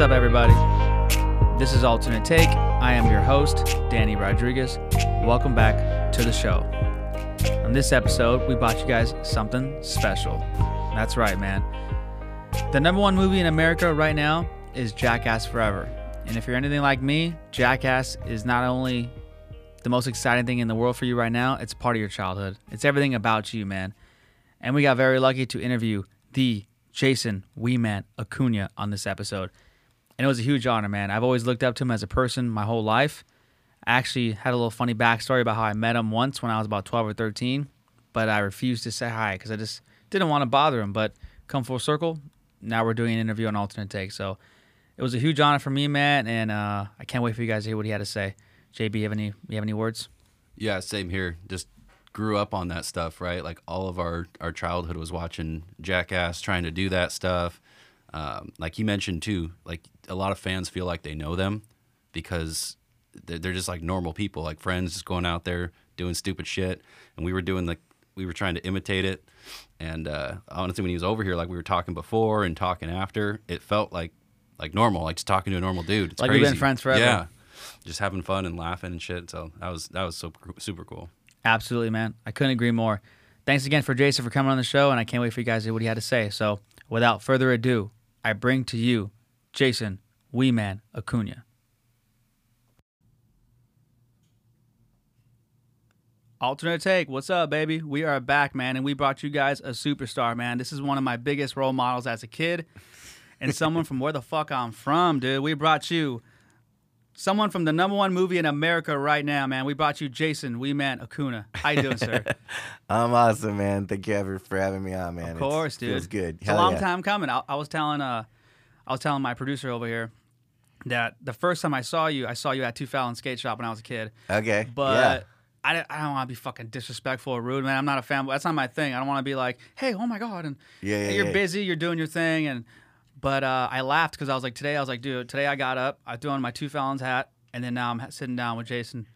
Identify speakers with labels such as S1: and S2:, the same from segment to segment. S1: up, everybody? This is Alternate Take. I am your host, Danny Rodriguez. Welcome back to the show. On this episode, we bought you guys something special. That's right, man. The number one movie in America right now is Jackass Forever. And if you're anything like me, Jackass is not only the most exciting thing in the world for you right now, it's part of your childhood. It's everything about you, man. And we got very lucky to interview the Jason Weeman Acuna on this episode. And it was a huge honor, man. I've always looked up to him as a person my whole life. I actually had a little funny backstory about how I met him once when I was about 12 or 13, but I refused to say hi because I just didn't want to bother him. But come full circle, now we're doing an interview on Alternate Take. So it was a huge honor for me, man. And uh, I can't wait for you guys to hear what he had to say. JB, you have any, you have any words?
S2: Yeah, same here. Just grew up on that stuff, right? Like all of our our childhood was watching Jackass, trying to do that stuff. Um, like you mentioned too, like a lot of fans feel like they know them because they're, they're just like normal people, like friends, just going out there doing stupid shit. And we were doing like we were trying to imitate it. And uh, honestly, when he was over here, like we were talking before and talking after, it felt like like normal, like just talking to a normal dude. It's
S1: Like we've
S2: crazy.
S1: been friends forever.
S2: Yeah, just having fun and laughing and shit. So that was that was so super cool.
S1: Absolutely, man. I couldn't agree more. Thanks again for Jason for coming on the show, and I can't wait for you guys to hear what he had to say. So, without further ado, I bring to you Jason Weeman Acuna. Alternate take, what's up, baby? We are back, man, and we brought you guys a superstar, man. This is one of my biggest role models as a kid, and someone from where the fuck I'm from, dude. We brought you someone from the number one movie in America right now, man. We brought you Jason Weeman Acuna. How you doing, sir?
S3: I'm awesome, man. Thank you ever for having me on, man.
S1: Of
S3: It's-
S1: course, dude.
S3: Feels good.
S1: It's a
S3: Hell
S1: long
S3: yeah.
S1: time coming. I, I was telling uh, I was telling my producer over here that the first time I saw you, I saw you at Two Fallon Skate Shop when I was a kid.
S3: Okay.
S1: But I, don't- I don't want to be fucking disrespectful or rude, man. I'm not a fan. That's not my thing. I don't want to be like, hey, oh my god, and
S3: Yeah, yeah,
S1: and you're
S3: yeah.
S1: busy, you're doing your thing, and but uh, I laughed because I was like, today I was like, dude, today I got up, I threw on my Two Fallons hat, and then now I'm ha- sitting down with Jason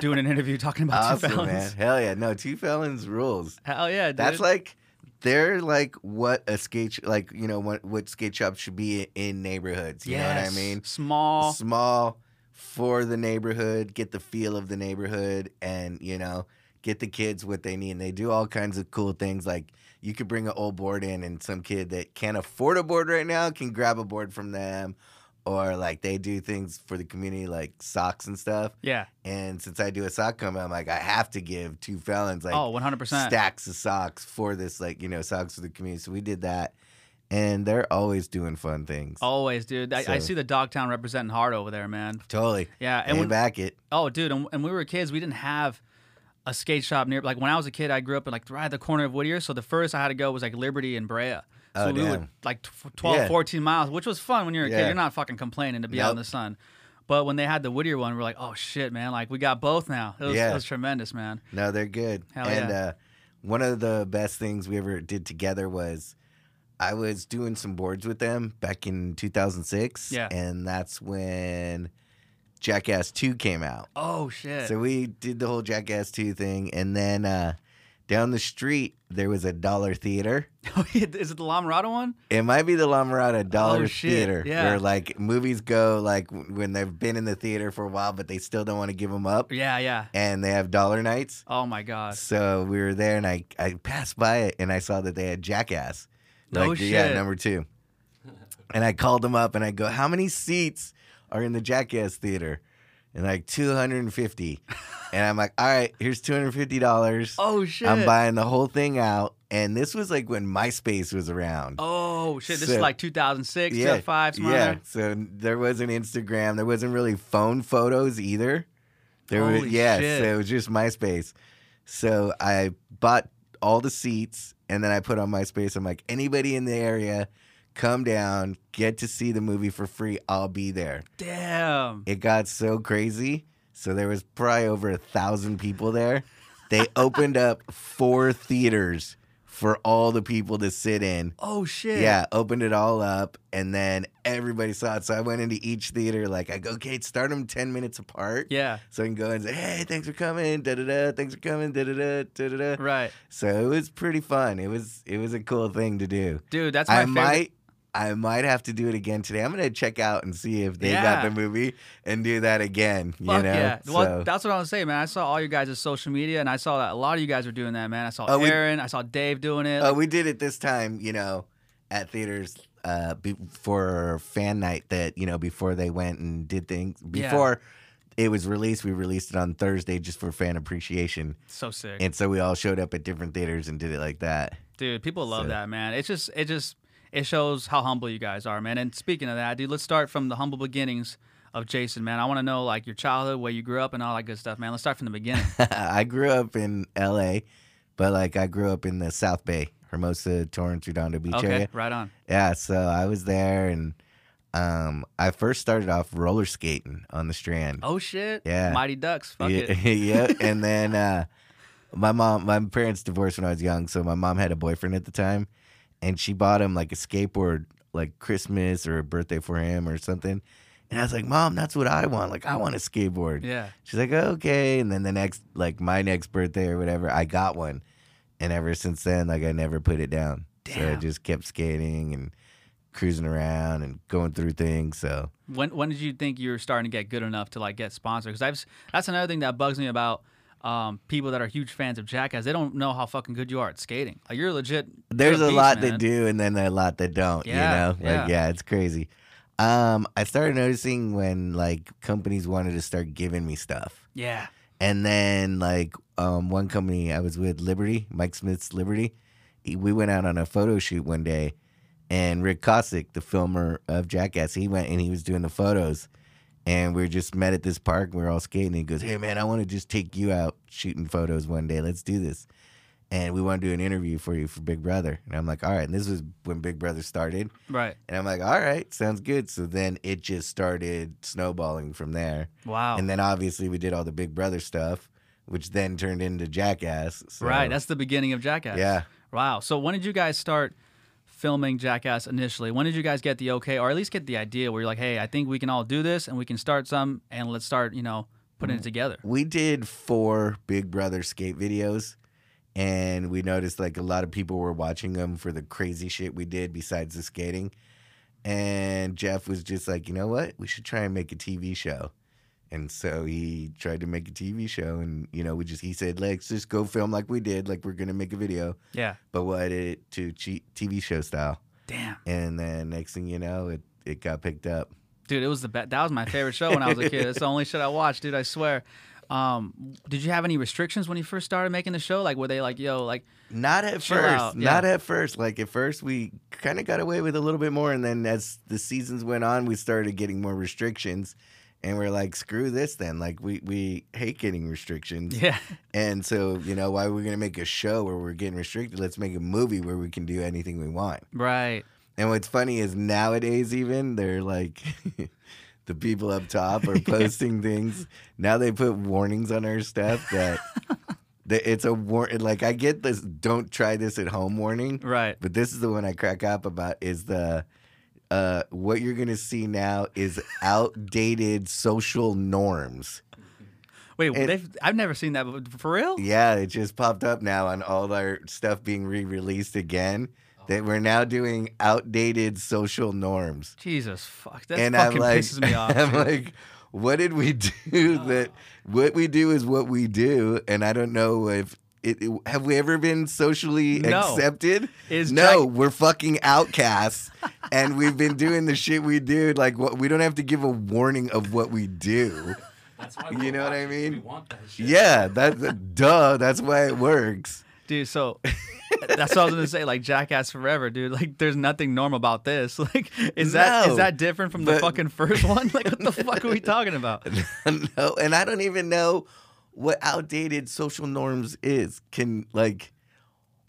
S1: doing an interview talking
S3: yeah.
S1: about Two
S3: Awesome,
S1: Fallons.
S3: man. Hell yeah. No, two felons rules.
S1: Hell yeah, dude.
S3: That's like they're like what a skate sh- like you know what what skate shop should be in neighborhoods. You know what I
S1: Yes.
S3: mean?
S1: Small.
S3: Small for the neighborhood, get the feel of the neighborhood, and you know get the kids what they need. And they do all kinds of cool things like. You could bring an old board in, and some kid that can't afford a board right now can grab a board from them, or like they do things for the community, like socks and stuff.
S1: yeah.
S3: And since I do a sock company, I'm like, I have to give two felons like
S1: oh, 100 percent.
S3: stacks of socks for this, like, you know, socks for the community. So we did that. And they're always doing fun things.
S1: Always, dude. I, I
S3: So-
S1: see the Dogtown representing hard over there, man.
S3: Totally.
S1: Yeah,
S3: And
S1: and when,
S3: back it.
S1: oh, dude, and, and we were kids, we didn't have a skate shop near. Like when I was a kid, I grew up in like right at the corner of Whittier, so the first I had to go was like Liberty and Brea. So
S3: Oh,
S1: we would
S3: damn.
S1: like t- 12,
S3: Yeah.
S1: 14 miles, which was fun when you're a kid.
S3: Yeah.
S1: You're not fucking complaining to be out in
S3: Nope.
S1: the sun. But when they had the Whittier one, we're like, oh shit, man! Like we got both now. It was,
S3: Yeah.
S1: it was tremendous, man.
S3: No, they're good.
S1: Hell
S3: and
S1: yeah.
S3: uh, one of the best things we ever did together was I was doing some boards with them back in 2006.
S1: Yeah.
S3: And that's when Jackass 2 came out.
S1: Oh shit!
S3: So we did the whole Jackass 2 thing. And then uh, down the street, there was a dollar theater.
S1: Oh, Is it the La Mirada one?
S3: It might be the La Mirada Dollar
S1: Oh, shit.
S3: Theater,
S1: Yeah.
S3: where like movies go like w- when they've been in the theater for a while, but they still don't want to give them up,
S1: Yeah, yeah.
S3: and they have dollar nights.
S1: Oh my god.
S3: So we were there, and I I passed by it, and I saw that they had Jackass,
S1: No
S3: like the- yeah,
S1: shit.
S3: number two. And I called them up, and I go, "How many seats are in the Jackass Theater?" And like 250, and I'm like, "All right, here's 250 dollars.
S1: Oh shit!
S3: I'm buying the whole thing out." And this was like when MySpace was around.
S1: Oh shit! This is
S3: So-
S1: like 2006,
S3: Yeah,
S1: 2005, somewhere
S3: yeah.
S1: there.
S3: So there wasn't Instagram. There wasn't really phone photos either. There was
S1: Holy
S3: yeah.
S1: shit.
S3: So it was just MySpace. So I bought all the seats and then I put on MySpace. I'm like, anybody in the area, come down, get to see the movie for free. I'll be there.
S1: Damn.
S3: It got so crazy. So there was probably over a thousand people there. They opened up four theaters for all the people to sit in.
S1: Oh shit.
S3: Yeah, opened it all up, and then everybody saw it. So I went into each theater, like, I go, okay, start them 10 minutes apart.
S1: Yeah.
S3: So I can go and say, hey, thanks for coming, da da da, thanks for coming, da da da, da da da.
S1: Right.
S3: So it was pretty fun. It was it was a cool thing to do.
S1: Dude, that's my
S3: I
S1: favorite.
S3: might I might have to do it again today. I'm gonna check out and see if they
S1: Yeah.
S3: got the movie and do that again.
S1: Fuck
S3: you know,
S1: yeah. Well,
S3: So-
S1: that's what I was saying, man. I saw all you guys' social media, and I saw that a lot of you guys were doing that, man. I saw
S3: Oh, we-
S1: Aaron, I saw Dave doing it.
S3: Uh, we did it this time, you know, at theaters uh, be- for fan night that, you know, before they went and did things.
S1: Yeah.
S3: Before it was released, we released it on Thursday just for fan appreciation.
S1: so sick.
S3: And so we all showed up at different theaters and did it like that.
S1: Dude, people love
S3: So-
S1: that, man. It's just it just it shows how humble you guys are, man. And speaking of that, dude, let's start from the humble beginnings of Jason, man. I want to know like your childhood, where you grew up, and all that good stuff, man. Let's start from the beginning.
S3: I grew up in LA, but like I grew up in the South Bay, Hermosa, Torrance, Redondo Beach
S1: okay,
S3: area.
S1: right on.
S3: Yeah, so I was there and um, I first started off roller skating on the Strand.
S1: Oh shit.
S3: Yeah.
S1: Mighty Ducks. Fuck
S3: yeah,
S1: it.
S3: yeah. And then uh, my mom, my parents divorced when I was young, so my mom had a boyfriend at the time, and she bought him like a skateboard, like Christmas or a birthday for him or something. And I was like, Mom, that's what I want. Like, I want a skateboard.
S1: Yeah.
S3: She's like, okay. And then the next, like my next birthday or whatever, I got one. And ever since then, like I never put it down. So I
S1: Damn.
S3: just kept skating and cruising around and going through things. So
S1: When when did you think you were starting to get good enough to like get sponsored? Because I've s- that's another thing that bugs me about um, people that are huge fans of Jackass. They don't know how fucking good you are at skating. Like you're legit. you're
S3: There's a
S1: beast,
S3: lot
S1: man.
S3: that do and then a lot that don't,
S1: Yeah,
S3: you know?
S1: yeah.
S3: Like yeah, it's crazy. Um, I started noticing when like companies wanted to start giving me stuff.
S1: Yeah.
S3: And then like um one company I was with, Liberty, Mike Smith's Liberty, he- we went out on a photo shoot one day and Rick Cossack, the filmer of Jackass, he went and he was doing the photos and we were just met at this park and we were all skating and he goes, Hey man, I wanna just take you out shooting photos one day. Let's do this and we want to do an interview for you for Big Brother. And I'm like, all right. And this was when Big Brother started.
S1: Right.
S3: And I'm like, all right, sounds good. So then it just started snowballing from there.
S1: Wow.
S3: And then obviously we did all the Big Brother stuff, which then turned into Jackass. So,
S1: Right. That's the beginning of Jackass.
S3: yeah.
S1: Wow. So when did you guys start filming Jackass initially? When did you guys get the okay, or at least get the idea where you're like, hey, I think we can all do this and we can start some and let's start, you know, putting it
S3: Mm-hmm.
S1: together.
S3: We did four Big Brother skate videos, and we noticed like a lot of people were watching them for the crazy shit we did besides the skating. And Jeff was just like, you know what? We should try and make a TV show. And so he tried to make a TV show, and you know, we just he said, let's just go film like we did, like we're gonna make a video,
S1: Yeah.
S3: but we'll edit it to che- TV show style.
S1: Damn,
S3: And then next thing you know, it it got picked up.
S1: dude, it was the best. That was my favorite show when I was a kid. It's the only shit I watched, dude. I swear. Um, did you have any restrictions when you first started making the show? Like, were they like, yo, like,
S3: Not at
S1: Chill
S3: first.
S1: out, yeah.
S3: Not at first. Like at first, we kind of got away with a little bit more, and then as the seasons went on, we started getting more restrictions, and we're like, "Screw this!" Then, like, we we hate getting restrictions,
S1: yeah,
S3: and so you know, why are we gonna make a show where we're getting restricted? Let's make a movie where we can do anything we want.
S1: right,
S3: And what's funny is nowadays, even they're like. The people up top are posting things. Now they put warnings on our stuff that, that it's a war. Like I get this, don't try this at home warning,
S1: right.
S3: but this is the one I crack up about is the uh, what you're gonna see now is outdated social norms.
S1: Wait,
S3: And-
S1: they've, I've never seen that before. for real.
S3: Yeah, it just popped up now on all our stuff being re-released again. That we're now doing outdated social norms,
S1: Jesus fuck, that
S3: and
S1: fucking
S3: I'm like,
S1: pisses me off.
S3: I'm
S1: dude.
S3: like, what did we do? That what we do is what we do, and I don't know if it, it- have we ever been socially
S1: No.
S3: accepted.
S1: Is
S3: no, we're fucking outcasts, and we've been doing the shit we do. Like, what, we don't have to give a warning of what we do.
S2: That's why
S3: You we're know what I watching, 'cause we mean?
S2: want that shit.
S3: Yeah, that duh. That's why it works.
S1: dude. So that's what I was gonna say. Like Jackass Forever, dude. Like there's nothing normal about this. Like is that is
S3: No,
S1: that different from the
S3: but-
S1: fucking first one? Like what the fuck are we talking about?
S3: no, and I don't even know what outdated social norms is. Can like,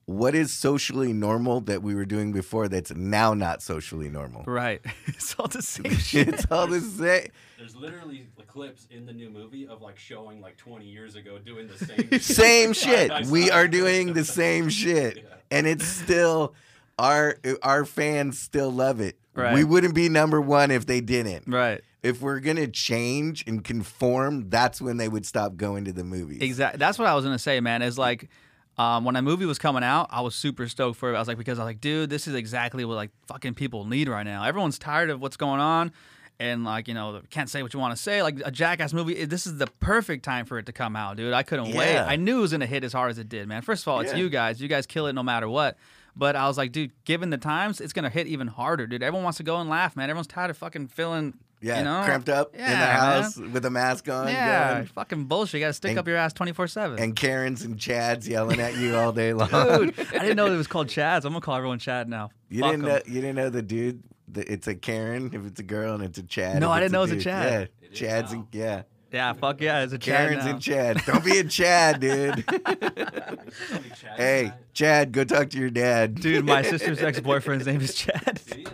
S3: what is socially normal that we were doing before that's now not socially normal?
S1: Right. It's all the same shit.
S3: it's all the same.
S4: There's literally clips in the new movie of like showing like 20 years ago doing the same shit.
S3: same
S4: Side
S3: shit.
S4: by
S3: We
S4: side.
S3: are doing the same shit, and it's still our our fans still love it.
S1: Right.
S3: We wouldn't be number one if they didn't.
S1: Right.
S3: If we're gonna change and conform, that's when they would stop going to the movies.
S1: Exactly. That's what I was gonna say, man. Is like Um, when that movie was coming out, I was super stoked for it. I was like, because I was like, dude, this is exactly what like fucking people need right now. Everyone's tired of what's going on, and like you know, can't say what you want to say. Like a jackass movie, it- this is the perfect time for it to come out, dude. I couldn't wait.
S3: Yeah.
S1: I knew it was gonna hit as hard as it did, man. First of all, it's
S3: Yeah.
S1: you guys. You guys kill it no matter what. But I was like, dude, given the times, it's gonna hit even harder, dude. Everyone wants to go and laugh, man. Everyone's tired of fucking feeling,
S3: Yeah,
S1: you know,
S3: cramped up in the
S1: Yeah, man.
S3: house with a mask on.
S1: Yeah,
S3: going,
S1: fucking bullshit. You gotta stick
S3: And-
S1: up your ass twenty four seven.
S3: and Karens and Chads yelling at you all day long.
S1: Dude, I didn't know it was called Chad's. I'm gonna call everyone Chad now.
S3: you
S1: Fuck
S3: didn't
S1: 'em.
S3: know, you didn't know the dude. The, it's a Karen if it's a girl and it's a Chad.
S1: No,
S3: if
S1: I
S3: it's
S1: didn't know it was a
S3: dude.
S1: Chad.
S3: Yeah,
S4: It is
S3: Chad's
S4: now.
S3: and yeah,
S1: Yeah, fuck yeah, it's a Chad
S3: Karens
S1: now.
S3: and Chad. Don't be a Chad, dude.
S4: Somebody chatted
S3: hey,
S4: that.
S3: Chad, go talk to your dad.
S1: Dude, my sister's ex boyfriend's name is Chad.
S4: See,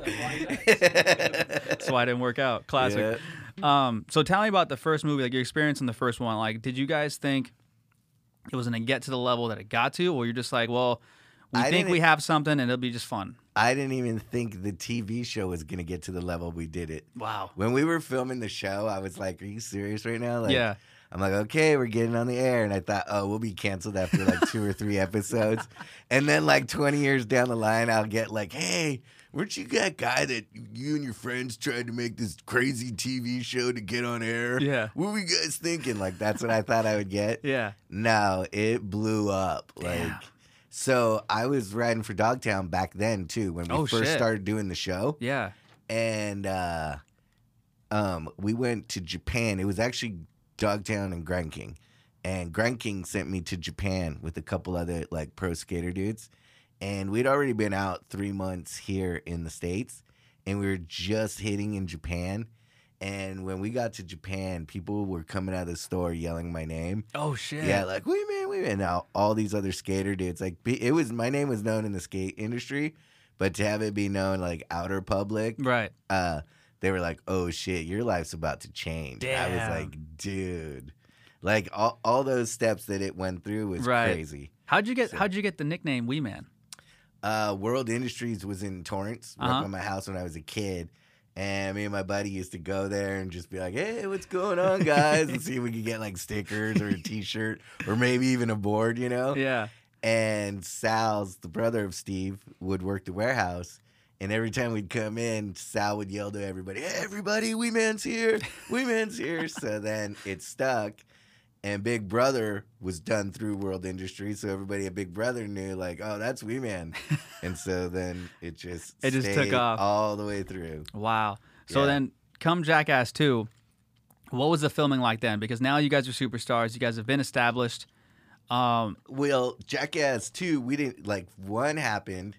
S4: that's why
S1: That's why I didn't work out. Classic. Um, so tell me about the first movie, like your experience in the first one. Like, did you guys think it was gonna get to the level that it got to, or you're just like, well, we
S3: I
S1: think we
S3: didn't-
S1: have something and it'll be just fun.
S3: I didn't even think the TV show was gonna get to the level we did it.
S1: Wow.
S3: When we were filming the show, I was like, "Are you serious right now?" Like,
S1: yeah.
S3: I'm like, okay, we're getting on the air. And I thought, oh, we'll be canceled after like two or three episodes. And then, like, 20 years down the line, I'll get like, hey, weren't you that guy that you and your friends tried to make this crazy TV show to get on air?
S1: Yeah.
S3: What were you guys thinking? Like, that's what I thought I would get.
S1: Yeah.
S3: No, it blew up. Like,
S1: Damn.
S3: so I was riding for Dogtown back then, too, when we
S1: Oh,
S3: first
S1: shit.
S3: started doing the show
S1: Yeah.
S3: and uh, um, we went to Japan. It was actually Dogtown and Grand King, and Grand King sent me to Japan with a couple other like pro skater dudes, and we'd already been out three months here in the states, and we were just hitting in Japan. And when we got to Japan, people were coming out of the store yelling my name.
S1: Oh shit.
S3: Yeah, like wait man, wait man. Now all these other skater dudes, like be- it was my name was known in the skate industry, but to have it be known like outer public,
S1: Right.
S3: uh, they were like, "Oh shit, your life's about to change." I was
S1: Damn.
S3: like, "Dude, like all, all those steps that it went through was
S1: Right.
S3: crazy."
S1: How'd you get
S3: So-
S1: how'd you get the nickname Wee Man?
S3: Uh, World Industries was in Torrance, right
S1: Uh-huh.
S3: by my house when I was a kid, and me and my buddy used to go there and just be like, "Hey, what's going on, guys?" and see if we could get like stickers or a T-shirt or maybe even a board, you know?
S1: Yeah.
S3: and Sal's, the brother of Steve, would work the warehouse. And every time we'd come in, Sal would yell to everybody, hey, everybody, we man's here, we man's here. so then it stuck. And Big Brother was done through World Industries. So everybody at Big Brother knew, like, oh, that's We Man. and so then it just
S1: It just took
S3: stayed
S1: off.
S3: all the way through.
S1: Wow. So
S3: Yeah.
S1: then, come Jackass 2, what was the filming like then? Because now you guys are superstars. You guys have been established. Um,
S3: Well, Jackass 2, we didn't like one happened,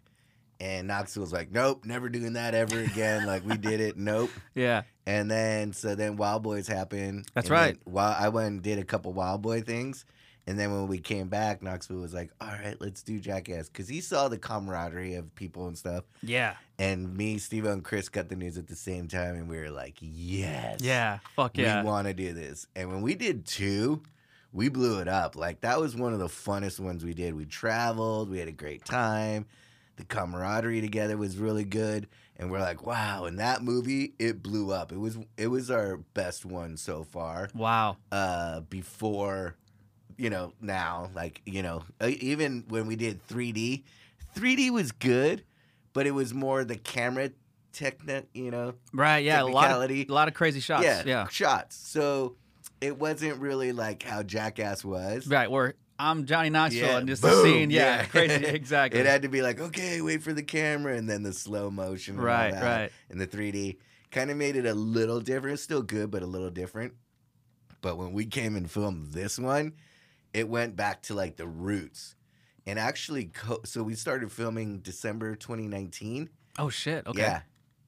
S3: and Knoxville was like, nope, never doing that ever again. like, we did it, nope.
S1: yeah.
S3: And then so then Wild Boys happened.
S1: That's
S3: And
S1: right.
S3: Then, while I went and did a couple Wild Boy things, and then when we came back, Knoxville was like, "All right, let's do Jackass," because he saw the camaraderie of people and stuff.
S1: Yeah.
S3: And me, Steve, and Chris got the news at the same time, and we were like, "Yes,
S1: Yeah. Fuck yeah.
S3: we want to do this." And when we did two, we blew it up. Like that was one of the funnest ones we did. We traveled, we had a great time. The camaraderie together was really good, and we're like, wow! And that movie, it blew up. It was it was our best one so far.
S1: wow.
S3: Uh, before, you know, now, like you know, e- even when we did 3D, 3D was good, but it was more the camera technique, you know,
S1: Right. Yeah. A lot, of,
S3: technicality.
S1: a lot of crazy shots. Yeah.
S3: shots. So it wasn't really like how Jackass was.
S1: Right. Where I'm Johnny Knoxville
S3: Yeah,
S1: and just the
S3: boom,
S1: scene. Yeah.
S3: yeah.
S1: Crazy. Exactly.
S3: It had to be like, okay, wait for the camera, and then the slow motion, and all
S1: right.
S3: that,
S1: Right.
S3: and the 3D kind of made it a little different. It's still good, but a little different. But when we came and filmed this one, it went back to like the roots, and actually, co- so we started filming December 2019.
S1: Oh, shit. Okay.
S3: Yeah.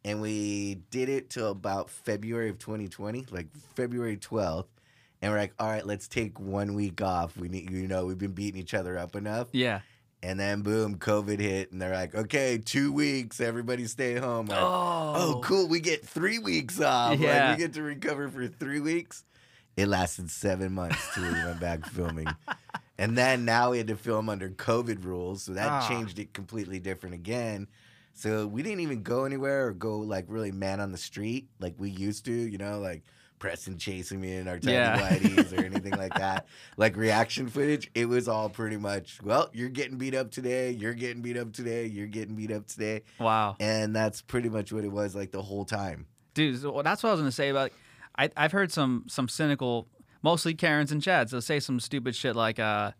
S3: And we did it till about February of 2020, like February 12th. And we're like, all right, let's take one week off. We need, you know, we've been beating each other up enough.
S1: Yeah.
S3: And then boom, COVID hit. And they're like, okay, two weeks, everybody stay home. Like,
S1: Oh.
S3: oh, cool. We get three weeks off.
S1: Yeah.
S3: Like, we get to recover for three weeks. It lasted seven months till we went back filming. And then now we had to film under COVID rules. So that
S1: Ah.
S3: changed it completely different again. So we didn't even go anywhere or go like really man on the street like we used to, you know, like Preston chasing me in our tiny
S1: Yeah.
S3: whiteys or anything like that. Like reaction footage, it was all pretty much, well, you're getting beat up today, you're getting beat up today, you're getting beat up today.
S1: Wow.
S3: And that's pretty much what it was like the whole time.
S1: dude. So well, that's what I was gonna say about. I, I've heard some some cynical, mostly Karens and Chads. They'll say some stupid shit like, uh,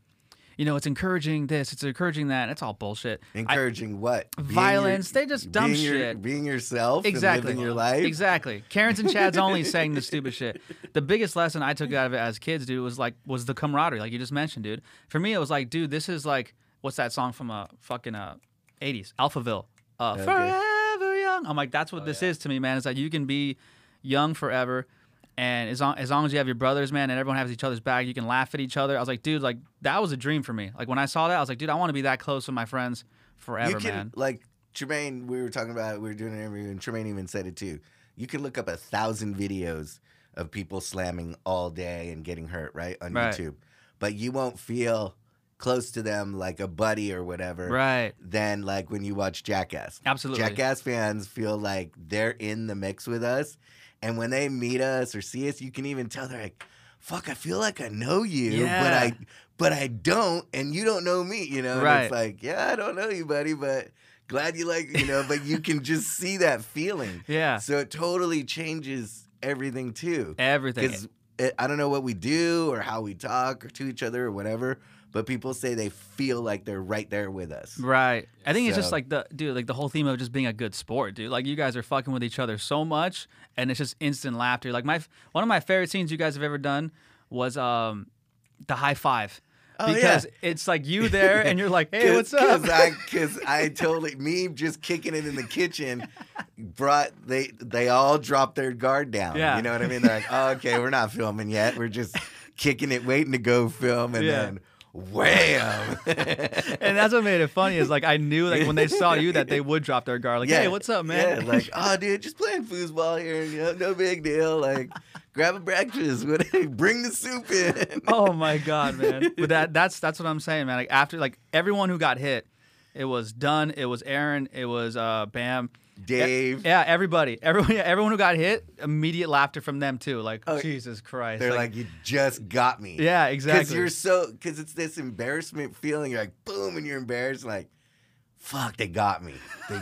S1: you know, it's encouraging this, it's encouraging that. and It's all bullshit.
S3: Encouraging what? Being your-
S1: Violence, they just dumb
S3: being your-
S1: shit.
S3: being yourself
S1: Exactly.
S3: and living your life.
S1: Exactly. Karens and Chads only saying the stupid shit. The biggest lesson I took out of it as kids, dude, was like was the camaraderie, like you just mentioned, dude. For me, it was like, dude, this is like what's that song from a fucking uh, 80s, Alphaville. Uh,
S3: Okay. Oh,
S1: Forever young. I'm like, that's what this is to me, man. It's like you can be young forever. And as long, as long as you have your brothers, man, and everyone has each other's back, you can laugh at each other. I was like, dude, like that was a dream for me. Like when I saw that, I was like, dude, I want to be that close with my friends forever,
S3: you can
S1: man.
S3: like Tremaine. We were talking about it, we were doing an interview, and Tremaine even said it too. You could look up a thousand videos of people slamming all day and getting hurt, right, on
S1: Right.
S3: YouTube, but you won't feel close to them like a buddy or whatever.
S1: Right.
S3: Than like when you watch Jackass.
S1: Absolutely.
S3: Jackass fans feel like they're in the mix with us, and when they meet us or see us, you can even tell they're like, "Fuck, I feel like I know you, but
S1: Yeah.
S3: I, but I don't, and you don't know me." You know, And
S1: Right.
S3: it's like, yeah, I don't know you, buddy, but glad you like, you know, but you can just see that feeling.
S1: Yeah.
S3: So it totally changes everything too,
S1: Everything.
S3: because I don't know what we do or how we talk or to each other or whatever, but people say they feel like they're right there with us.
S1: Right. I think it's just
S3: So-
S1: like the dude, like the whole theme of just being a good sport, dude. Like you guys are fucking with each other so much, and it's just instant laughter. Like my one of my favorite scenes you guys have ever done was um the high five.
S3: Oh, yeah.
S1: because it's like you there and you're like, hey,
S3: Cause-
S1: what's up?
S3: Cause I, cause I totally me just kicking it in the kitchen brought they they all dropped their guard down.
S1: Yeah.
S3: You know what I mean? They're like, oh, okay, we're not filming yet. We're just kicking it, waiting to go film, and
S1: Yeah.
S3: then wham.
S1: and that's what made it funny is like I knew like when they saw you that they would drop their guard. Like, hey, what's up, man?
S3: Yeah, like, oh, dude, just playing foosball here. You know, no big deal. Like, grab a breakfast. What- Bring the soup in.
S1: oh my god, man! But that that's that's what I'm saying, man. Like after like everyone who got hit, it was done. It was Aaron. It was uh Bam.
S3: E- Dave.
S1: Yeah, everybody, everyone, yeah, everyone who got hit, immediate laughter from them too. Like
S3: Oh,
S1: Jesus Christ,
S3: They're like, you just got me.
S1: yeah,
S3: Because
S1: exactly.
S3: you're so because it's this embarrassment feeling. You're like boom, and you're embarrassed. Like, fuck, they got me. They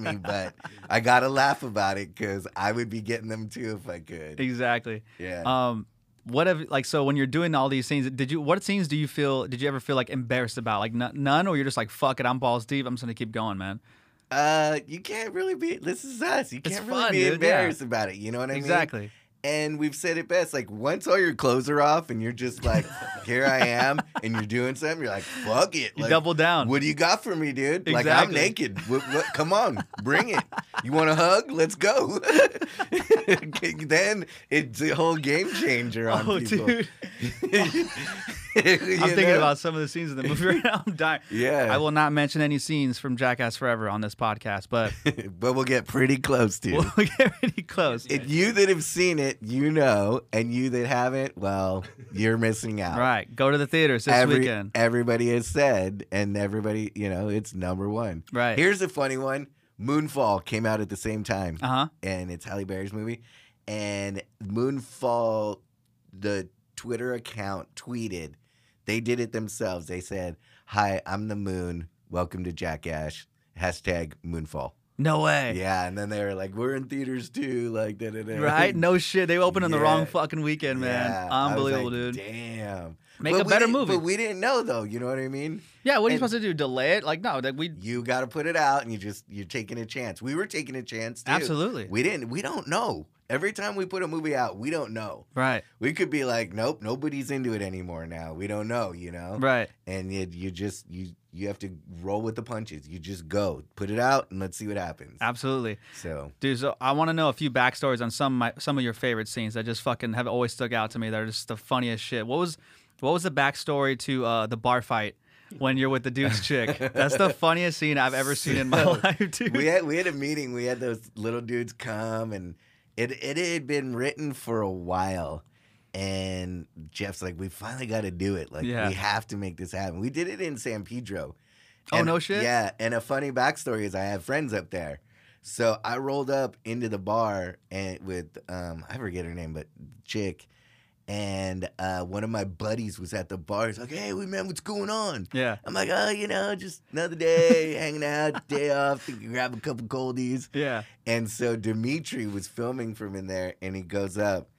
S3: me. But I gotta laugh about it because I would be getting them too if I could.
S1: exactly.
S3: Yeah.
S1: Um, what have like so when you're doing all these scenes? Did you what scenes do you feel? Did you ever feel like embarrassed about like n- none, or you're just like fuck it, I'm balls deep, I'm just gonna keep going, man.
S3: Uh, you can't really be. This is us. You
S1: It's
S3: can't really
S1: fun,
S3: be
S1: dude,
S3: embarrassed about it. You know what I mean?
S1: exactly.
S3: And we've said it best. Like once all your clothes are off, and you're just like, here I am, and you're doing something. You're like, fuck it.
S1: You
S3: like,
S1: double down.
S3: What do you got for me, dude? Like I'm
S1: Exactly.
S3: naked. What, what, come on, bring it. You want a hug? Let's go. then it's a whole game changer on
S1: oh,
S3: people.
S1: dude, I'm thinking about some of the scenes in the movie right now. I'm dying.
S3: yeah,
S1: I will not mention any scenes from Jackass Forever on this podcast, but
S3: but we'll get pretty close to.
S1: we'll
S3: it.
S1: get pretty close.
S3: If you that have seen it, you know, and you that haven't, well, you're missing out.
S1: All right, go to the theaters this
S3: Every,
S1: weekend.
S3: Everybody has said, and everybody, you know, it's number one.
S1: Right.
S3: Here's a funny one. Moonfall came out at the same time.
S1: Uh huh.
S3: and it's Halle Berry's movie. And Moonfall, the Twitter account tweeted, they did it themselves. They said, "Hi, I'm the Moon. Welcome to Jackass." Hashtag Moonfall.
S1: No way.
S3: Yeah, and then they were like, "We're in theaters too." Like da da da.
S1: Right? No shit. They opened on the
S3: Yeah.
S1: wrong fucking weekend, man.
S3: Yeah. I was
S1: Unbelievable,
S3: like,
S1: dude.
S3: Damn.
S1: Make
S3: But
S1: a
S3: we
S1: better
S3: didn't-
S1: movie.
S3: But we didn't know though. You know what I mean?
S1: yeah, what are you
S3: and-
S1: supposed to do? Delay it? Like, no, that we
S3: You got to put it out, and you just you're taking a chance. We were taking a chance too.
S1: absolutely
S3: We didn't. We don't know. Every time we put a movie out, we don't know.
S1: right,
S3: we could be like, nope, nobody's into it anymore now. We don't know, you know.
S1: right.
S3: And you, you just you you have to roll with the punches. You just go, put it out, and let's see what happens.
S1: Absolutely,
S3: So
S1: dude. So I want to know a few backstories on some of my, some of your favorite scenes that just fucking have always stuck out to me. That are just the funniest shit. What was what was the backstory to uh, the bar fight when you're with the dude's chick? That's the funniest scene I've ever seen in my
S3: So,
S1: life, dude.
S3: we had we had a meeting. We had those little dudes come, and it it had been written for a while. And Jeff's like, we finally got to do it. Like
S1: Yeah.
S3: we have to make this happen. We did it in San Pedro.
S1: Oh,
S3: And-
S1: no shit?
S3: Yeah. And a funny backstory is I have friends up there. So I rolled up into the bar and with um I forget her name, but chick, and uh, one of my buddies was at the bar. He's like, "Hey, we man, what's going on?"
S1: Yeah.
S3: I'm like, "Oh, you know, just another day, hanging out, day off, think you grab a couple coldies."
S1: Yeah.
S3: And so Dimitri was filming from in there, and he goes up,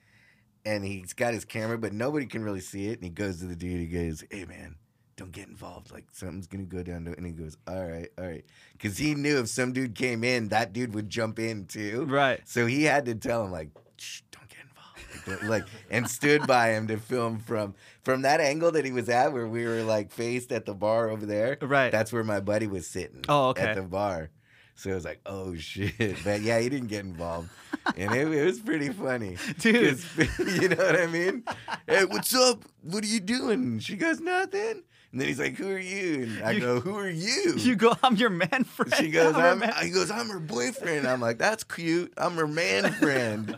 S3: and he's got his camera, but nobody can really see it. And he goes to the dude, he goes, "Hey, man." Don't get involved. Like something's gonna go down. To, and he goes, "All right, all right," because he knew if some dude came in, that dude would jump in too.
S1: Right.
S3: So he had to tell him like, Shh, don't get involved, Like, don't- like, and stood by him to film from from that angle that he was at, where we were like faced at the bar over there.
S1: Right.
S3: That's where my buddy was sitting.
S1: Oh, okay.
S3: At the bar, so it was like, oh shit, but yeah, he didn't get involved, and it, it was pretty funny.
S1: Dude.
S3: 'Cause- you know what I mean? Hey, what's up? What are you doing? She goes, nothing. And then he's like, who are you? And I
S1: You-
S3: go, who are you?
S1: You go, I'm your man friend.
S3: She goes,
S1: your
S3: I'm,
S1: man-
S3: he goes, I'm her boyfriend. I'm like, that's cute. I'm her man friend.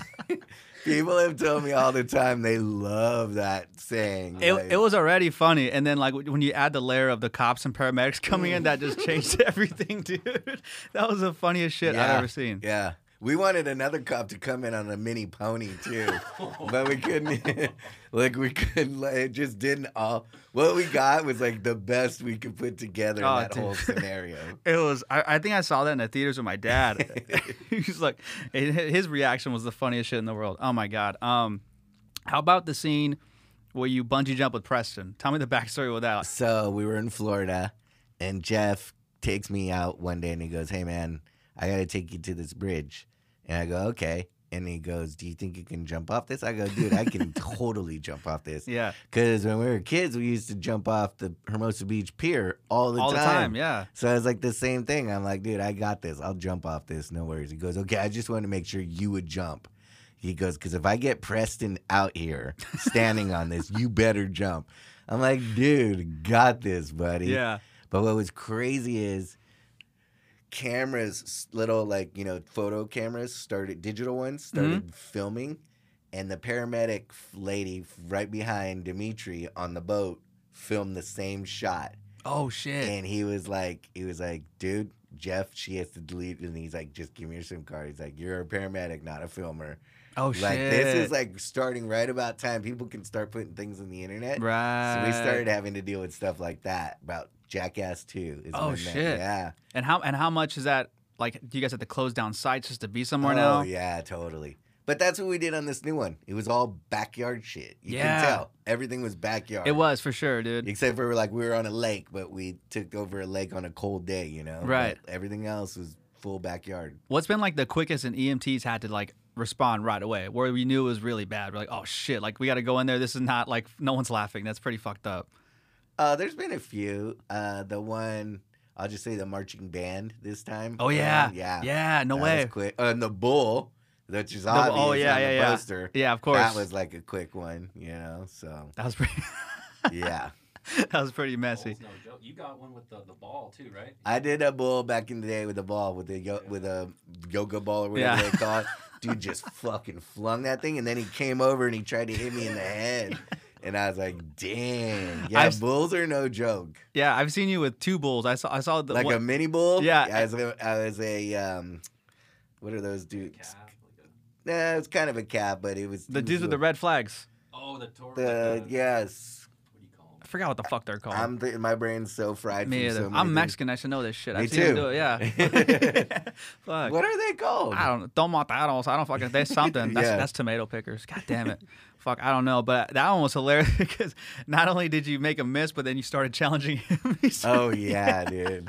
S3: People have told me all the time they love that saying. like,
S1: It, it was already funny, and then like when you add the layer of the cops and paramedics coming in, that just changed everything, dude. That was the funniest shit I've
S3: Yeah.
S1: ever seen.
S3: Yeah. We wanted another cop to come in on a mini pony too, but we couldn't. like we couldn't. like, It just didn't all. What we got was like the best we could put together
S1: Oh,
S3: in that
S1: dude.
S3: whole scenario.
S1: It was. I, I think I saw that in the theaters with my dad. He's like, and hi- his reaction was the funniest shit in the world. Oh my god. Um, how about the scene where you bungee jump with Preston? Tell me the backstory with that.
S3: So we were in Florida, and Jeff takes me out one day and he goes, Hey, man, I got to take you to this bridge. And I go, Okay. And he goes, Do you think you can jump off this? I go, Dude, I can totally jump off this.
S1: Yeah,
S3: Because when we were kids, we used to jump off the Hermosa Beach Pier all the
S1: all
S3: time.
S1: the time. Yeah,
S3: So it's like the same thing. I'm like, dude, I got this. I'll jump off this. No worries. He goes, okay, I just wanted to make sure you would jump. He goes, because if I get Preston out here standing on this, you better jump. I'm like, dude, got this, buddy.
S1: yeah.
S3: But what was crazy is cameras, little like, you know, photo cameras started, digital ones started filming. And the paramedic f- lady f- right behind Dimitri on the boat filmed the same shot.
S1: Oh shit.
S3: And he was like, he was like, dude, Jeff, she has to delete. And he's like, just give me your SIM card. He's like, you're a paramedic, not a filmer.
S1: Oh
S3: like
S1: shit.
S3: this is like starting right about time people can start putting things on the internet.
S1: right.
S3: So we started having to deal with stuff like that about Jackass Two. Is
S1: Oh,
S3: when that-
S1: shit.
S3: yeah.
S1: And how and how much is that? Like, do you guys have to close down sites just to be somewhere
S3: oh
S1: now?
S3: yeah, totally. But that's what we did on this new one. It was all backyard shit. You
S1: Yeah.
S3: can tell everything was backyard.
S1: It was for sure, dude.
S3: Except for like we were on a lake, but we took over a lake on a cold day, you know.
S1: Right.
S3: But everything else was full backyard.
S1: What's been like the quickest an EMT's had to like respond right away, where we knew it was really bad. We're like, oh shit, like we got to go in there. This is not like no one's laughing. That's pretty fucked up.
S3: Uh, there's been a few. Uh, the one I'll just say the marching band this time.
S1: Oh yeah,
S3: around. yeah,
S1: yeah. No
S3: that
S1: way.
S3: Was quick. Uh, and the bull, which is
S1: bu-
S3: obvious
S1: oh, yeah,
S3: on
S1: yeah,
S3: the
S1: yeah.
S3: poster.
S1: Yeah, of course.
S3: That was like a quick one, you know. So
S1: that was pretty.
S3: yeah,
S1: that was pretty messy.
S3: Oh.
S4: Ball's Oh, no joke. You got one with the, the ball too, right?
S3: I did a bull back in the day with a ball with a yo- with a yoga ball or whatever
S1: Yeah.
S3: they call it. Dude just fucking flung that thing, and then he came over and he tried to hit me in the head, and I was like, "Damn, yeah,
S1: I've s-
S3: bulls are no joke."
S1: Yeah, I've seen you with two bulls. I saw. I saw the
S3: like
S1: one-
S3: a mini bull.
S1: Yeah.
S3: as a, as a um, what are those dudes?
S4: Calf, like a-
S3: Nah, it's kind of a cat, but it was
S1: the
S3: it was
S1: dudes with the
S3: a-
S1: red flags.
S4: Oh, the tor-
S3: the-
S4: like the-
S3: yes.
S4: What do you call
S1: I forgot what the fuck they're called.
S3: I'm th- my brain's so fried.
S1: uh, Me
S3: from so
S1: either.
S3: many
S1: I'm
S3: things.
S1: Mexican. I should know this shit.
S3: Me
S1: I've seen you
S3: too.
S1: do it. Yeah. Fuck.
S3: What are they called?
S1: I don't know. Don't matados. I don't fucking. They something. That's
S3: Yeah.
S1: that's tomato pickers. God damn it. Fuck. I don't know. But that one was hilarious because not only did you make a miss, but then you started challenging him. He said-
S3: Oh yeah, dude.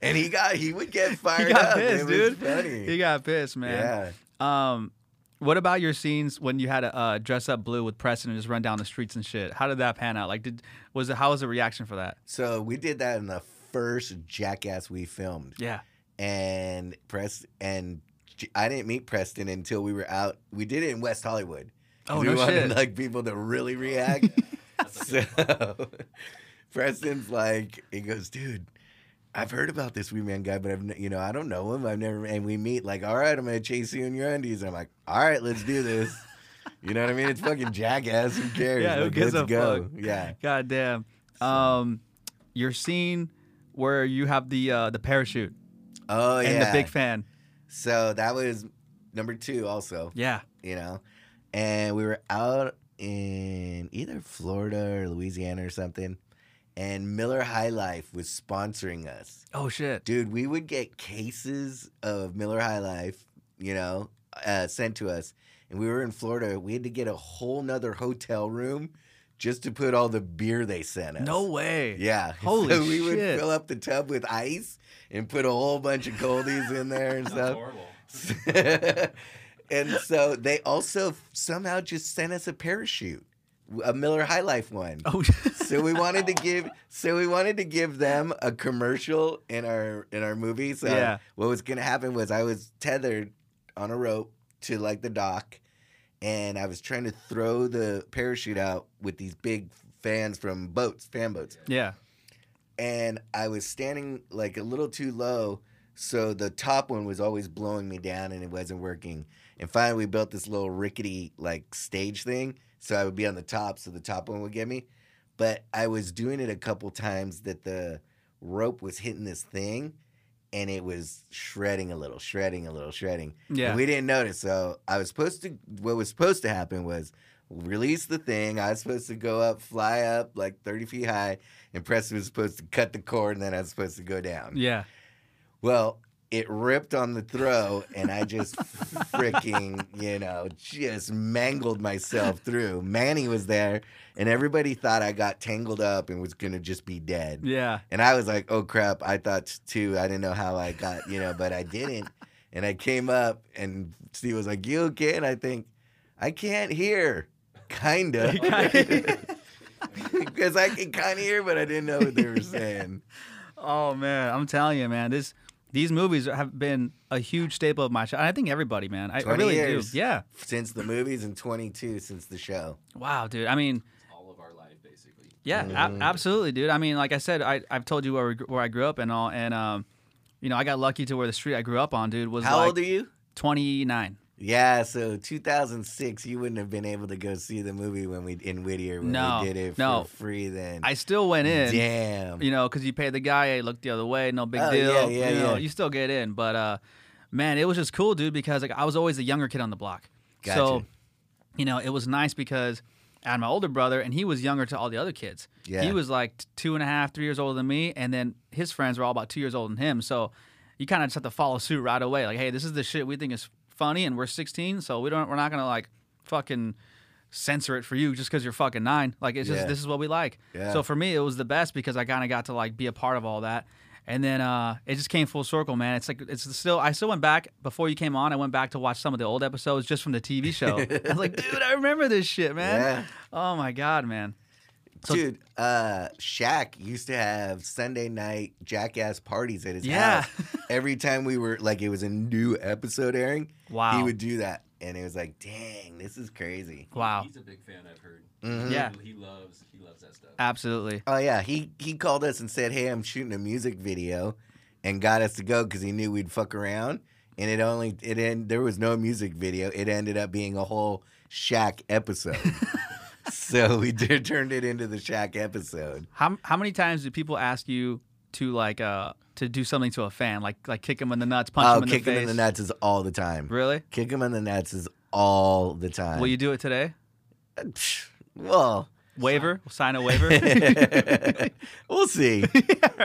S3: And he got he would get
S1: He
S3: fired
S1: got
S3: up.
S1: pissed,
S3: it
S1: dude.
S3: Was funny.
S1: He got pissed, man.
S3: yeah.
S1: Um, what about your scenes when you had to uh, dress up blue with Preston and just run down the streets and shit? How did that pan out? Like, did was it, how was the reaction for that?
S3: So we did that in the first Jackass we filmed.
S1: Yeah.
S3: and Press and J- I didn't meet Preston until we were out. We did it in West Hollywood. 'cause
S1: Oh,
S3: we
S1: no
S3: wanted,
S1: shit.
S3: Like people to really react. so Preston's like, he goes, dude. I've heard about this wee man guy, but I've n- you know I don't know him. I've never and we meet like, all right, I'm gonna chase you in your undies. And I'm like, all right, let's do this. You know what I mean? It's fucking jackass. Who cares?
S1: Yeah, who
S3: Like,
S1: gives
S3: let's
S1: a
S3: go.
S1: fuck?
S3: Yeah.
S1: God damn. Um, your scene where you have the uh, the parachute.
S3: Oh yeah.
S1: and the big fan.
S3: so that was number two also,
S1: Yeah.
S3: you know. And we were out in either Florida or Louisiana or something, and Miller High Life was sponsoring us.
S1: Oh shit.
S3: Dude, we would get cases of Miller High Life, you know, uh, sent to us. And we were in Florida. We had to get a whole nother hotel room just to put all the beer they sent us.
S1: No way.
S3: Yeah.
S1: Holy
S3: so we would
S1: shit.
S3: fill up the tub with ice and put a whole bunch of goldies in there and
S4: That's
S3: stuff.
S4: horrible.
S3: and so they also somehow just sent us a parachute, a Miller High Life one.
S1: Oh.
S3: So we wanted to give so we wanted to give them a commercial in our in our movie. So
S1: Yeah.
S3: what was gonna happen was I was tethered on a rope to like the dock and I was trying to throw the parachute out with these big fans from boats, fan boats.
S1: yeah.
S3: And I was standing like a little too low, so the top one was always blowing me down and it wasn't working. And finally we built this little rickety like stage thing. So I would be on the top so the top one would get me but I was doing it a couple times that the rope was hitting this thing and it was shredding a little, shredding a little, shredding.
S1: Yeah.
S3: And we didn't notice. So I was supposed to, what was supposed to happen was release the thing. I was supposed to go up, fly up like 30 feet high, and Preston was supposed to cut the cord and then I was supposed to go down.
S1: yeah.
S3: Well, it ripped on the throw, and I just freaking, you know, just mangled myself through. Manny was there, and everybody thought I got tangled up and was gonna just be dead.
S1: Yeah.
S3: And I was like, oh crap, I thought too. I didn't know how I got, you know, but I didn't. And I came up, and Steve was like, you okay? And I think, I can't hear. Kinda. Because I can kind of hear, but I didn't know what they were saying.
S1: Oh man, I'm telling you, man, this these movies have been a huge staple of my show. I think everybody, man, I, I
S3: 20
S1: really
S3: years.
S1: do. Yeah.
S3: Since the movies and 22 since the show.
S1: Wow, dude. I mean,
S4: All of our life, basically.
S1: yeah, a-
S3: Mm-hmm.
S1: absolutely, dude. I mean, like I said, I I've told you where we, gr- where I grew up and all, and um, you know, I got lucky to where the street I grew up on, dude, was
S3: How
S1: like
S3: old are you?
S1: 29.
S3: Yeah, so 2006, you wouldn't have been able to go see the movie when we in Whittier when
S1: No,
S3: we did it
S1: no.
S3: for free. Then
S1: I still went in.
S3: damn,
S1: you know, because you pay the guy, hey, look the other way, no big
S3: Oh,
S1: deal.
S3: yeah, yeah,
S1: you know,
S3: yeah.
S1: you still get in. But uh, man, it was just cool, dude, because like I was always the younger kid on the block. So,
S3: Gotcha.
S1: you know, it was nice because I had my older brother, and he was younger to all the other kids.
S3: Yeah.
S1: He was like t- two and a half, three years older than me, and then his friends were all about two years older than him. So you kind of just have to follow suit right away. Like, hey, this is the shit we think is funny, and we're 16, so we don't, we're not gonna like fucking censor it for you just because you're fucking nine. Like, it's just
S3: Yeah.
S1: this is what we like.
S3: Yeah.
S1: So for me, it was the best because I kind of got to like be a part of all that. And then uh, it just came full circle, man. It's like it's still. I still went back before you came on. I went back to watch some of the old episodes just from the TV show. I was like, dude, I remember this shit, man.
S3: Yeah.
S1: Oh my god, man. So-
S3: dude, uh, Shaq used to have Sunday night jackass parties at his
S1: Yeah.
S3: house. Every time we were like, it was a new episode airing.
S1: Wow.
S3: he would do that, and it was like, dang, this is crazy.
S1: Wow.
S4: He's a big fan, I've heard.
S3: Mhm.
S1: Yeah.
S4: He loves, he loves that
S1: Ah.
S4: stuff.
S1: Absolutely.
S3: Oh yeah, he he called us and said, "Hey, I'm shooting a music video," and got us to go because he knew we'd fuck around. And it only it end there was no music video. It ended up being a whole Shaq episode. so we did, turned it into the Shaq episode.
S1: How how many times do people ask you to like uh to do something to a fan, like like kick him in the nuts, punch
S3: oh,
S1: him in
S3: kick
S1: the face?
S3: him in the nuts is all the time.
S1: Really?
S3: Kick him in the nuts is all the time. Uh,
S1: Will you do it today?
S3: Psh, Well,
S1: Waiver? Sign a waiver?
S3: we'll see.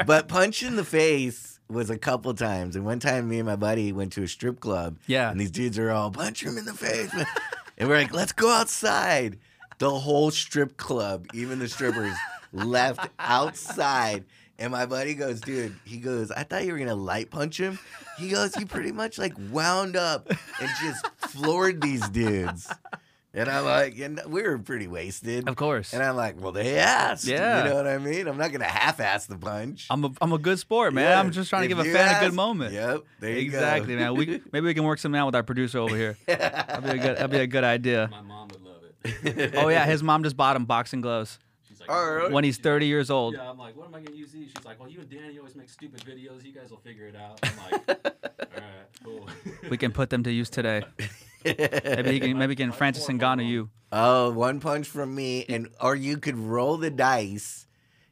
S3: But punch in the face was a couple times. And one time, me and my buddy went to a strip club.
S1: Yeah.
S3: And these dudes are all punch him in the face. and we're like, let's go outside. The whole strip club, even the strippers, left outside. And my buddy goes, dude, he goes, I thought you were gonna light punch him. He goes, you pretty much like wound up and just floored these dudes. And I'm like, and we were pretty wasted.
S1: of course.
S3: And I'm like, well, they asked.
S1: Yeah.
S3: You know what I mean? I'm not going to half ass the punch.
S1: I'm a I'm a good sport, man.
S3: Yeah,
S1: I'm just trying to
S3: if
S1: give a
S3: you
S1: fan a
S3: ask-
S1: good moment.
S3: Yep. There you
S1: exactly,
S3: go.
S1: man. We maybe we can work something out with our producer over here. That'd be a good that'd be a good idea.
S4: My mom would love it.
S1: Oh yeah, his mom just bought him boxing gloves
S4: She's like,
S3: All right.
S1: when he's
S4: She's like,
S1: 30 years old.
S4: Yeah, I'm like, what am I gonna use these? She's like, well, you and Danny always make stupid videos. You guys will figure it out. I'm like, all right, cool.
S1: We can put them to use today. Maybe he can maybe he can Francis Ngannou you.
S3: Oh, one punch from me, and or you could roll the dice,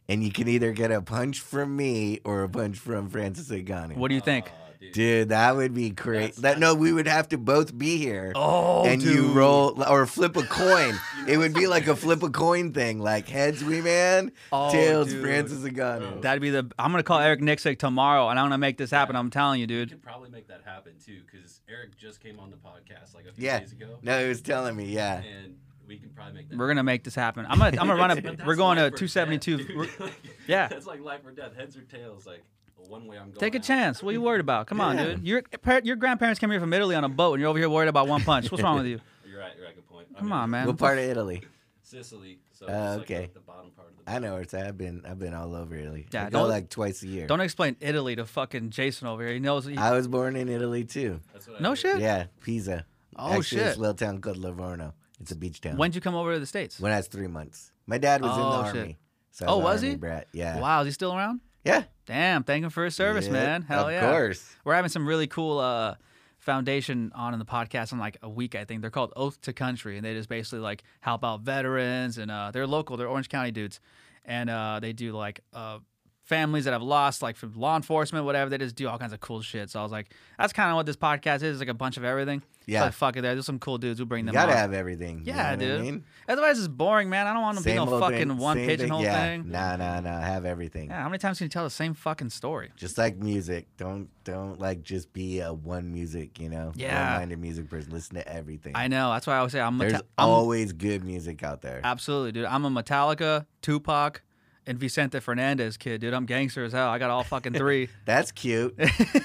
S3: and you can either get a punch from me or a punch from Francis Ngannou.
S1: What do you think?
S4: Uh, dude.
S3: Dude, that would be great.
S4: That's-
S3: That no, we would have to both be here.
S1: Oh,
S3: and you
S1: dude.
S3: roll or flip a coin. it would be like a flip a coin thing, like heads we man,
S1: Oh,
S3: tails
S1: dude. Oh.
S3: Francis Ngannou.
S1: That'd be the. I'm gonna call Eric Nixick tomorrow, and I'm gonna make this happen. I'm telling you,
S4: We
S1: dude.
S4: could probably make that happen too, because Eric just came on the podcast like a few
S3: Yeah.
S4: days ago,
S3: No, he was telling me, yeah.
S4: and we can probably make that.
S1: We're gonna make this happen. I'm gonna. I'm gonna run
S4: But
S1: a.
S4: that's
S1: We're going to
S4: life or death,
S1: 272.
S4: dude.
S1: We're-
S4: Like,
S1: yeah.
S4: that's like life or death, heads or tails. Like one way I'm going.
S1: Take a
S4: out.
S1: chance. What are you worried about? Come on,
S3: Yeah.
S1: dude. Your par- your grandparents came here from Italy on a boat, and you're over here worried about one punch. What's wrong with you?
S4: You're right. You're right. Good point. I
S1: Come
S4: mean,
S1: on, man.
S3: What part of Italy?
S4: Sicily. So
S3: Uh,
S4: it's
S3: okay.
S4: Like the, the bottom part of the.
S3: I know where it's at. I've been I've been all over Italy.
S1: Yeah,
S3: I go
S1: don't-
S3: like twice a year.
S1: Don't explain Italy to fucking Jason over here. He knows. He,
S3: I was born in Italy too.
S4: That's what I
S1: no
S4: heard.
S1: shit.
S3: Yeah, Pisa.
S1: Oh,
S3: Actually,
S1: shit.
S3: It's a little town called Livorno. It's a beach town.
S1: When'd you come over to the states?
S3: when I was three months. My dad was
S1: Oh,
S3: in
S1: shit.
S3: the army. So
S1: Oh,
S3: an
S1: was
S3: army
S1: he?
S3: Brat. Yeah.
S1: Wow, is he still around?
S3: Yeah.
S1: Damn, thank him for his service,
S3: Yeah,
S1: man. Hell
S3: of
S1: yeah.
S3: course.
S1: We're having some really cool uh, foundation on in the podcast in like a week, I think. They're called Oath to Country, and they just basically like help out veterans, and uh, they're local. They're Orange County dudes, and uh, they do like uh, families that have lost, like from law enforcement, whatever. They just do all kinds of cool shit. So I was like, that's kind of what this podcast is. It's like a bunch of everything.
S3: Yeah.
S1: So, like, fuck it. There, there's some cool dudes. We'll bring
S3: You
S1: them.
S3: gotta
S1: on.
S3: have everything. you
S1: Yeah,
S3: know what I
S1: dude.
S3: mean?
S1: Otherwise, it's boring, man. I don't want to be
S3: Same
S1: no
S3: old
S1: fucking
S3: thing,
S1: one
S3: same thing.
S1: pigeonhole
S3: yeah.
S1: thing.
S3: No, no, no. Have everything.
S1: Yeah. How many times can you tell the same fucking story?
S3: Just like music. Don't don't like just be a one music, you know.
S1: Yeah.
S3: One-minded music person. Listen to everything.
S1: I know. That's why I always say I'm.
S3: There's
S1: Meta- I'm Uh,
S3: always good music out there.
S1: Absolutely, dude. I'm a Metallica, Tupac, and Vicente Fernandez kid, dude. I'm gangster as hell. I got all fucking three.
S3: That's cute.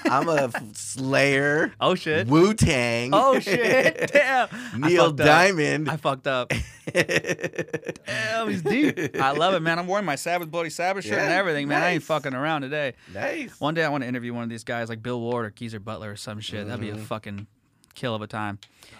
S3: I'm a f- Slayer.
S1: oh shit.
S3: Wu Tang.
S1: Oh shit. Damn. I
S3: Neil
S1: fucked up.
S3: Diamond.
S1: I fucked up. Damn, he's deep. I love it, man. I'm wearing my Sabbath Bloody Sabbath shirt and
S3: Yeah,
S1: everything, man. I ain't
S3: nice.
S1: fucking around today.
S3: nice.
S1: One day I want to interview one of these guys like Bill Ward or Geezer Butler or some shit. That'd
S3: Mm-hmm.
S1: be a fucking kill of a time.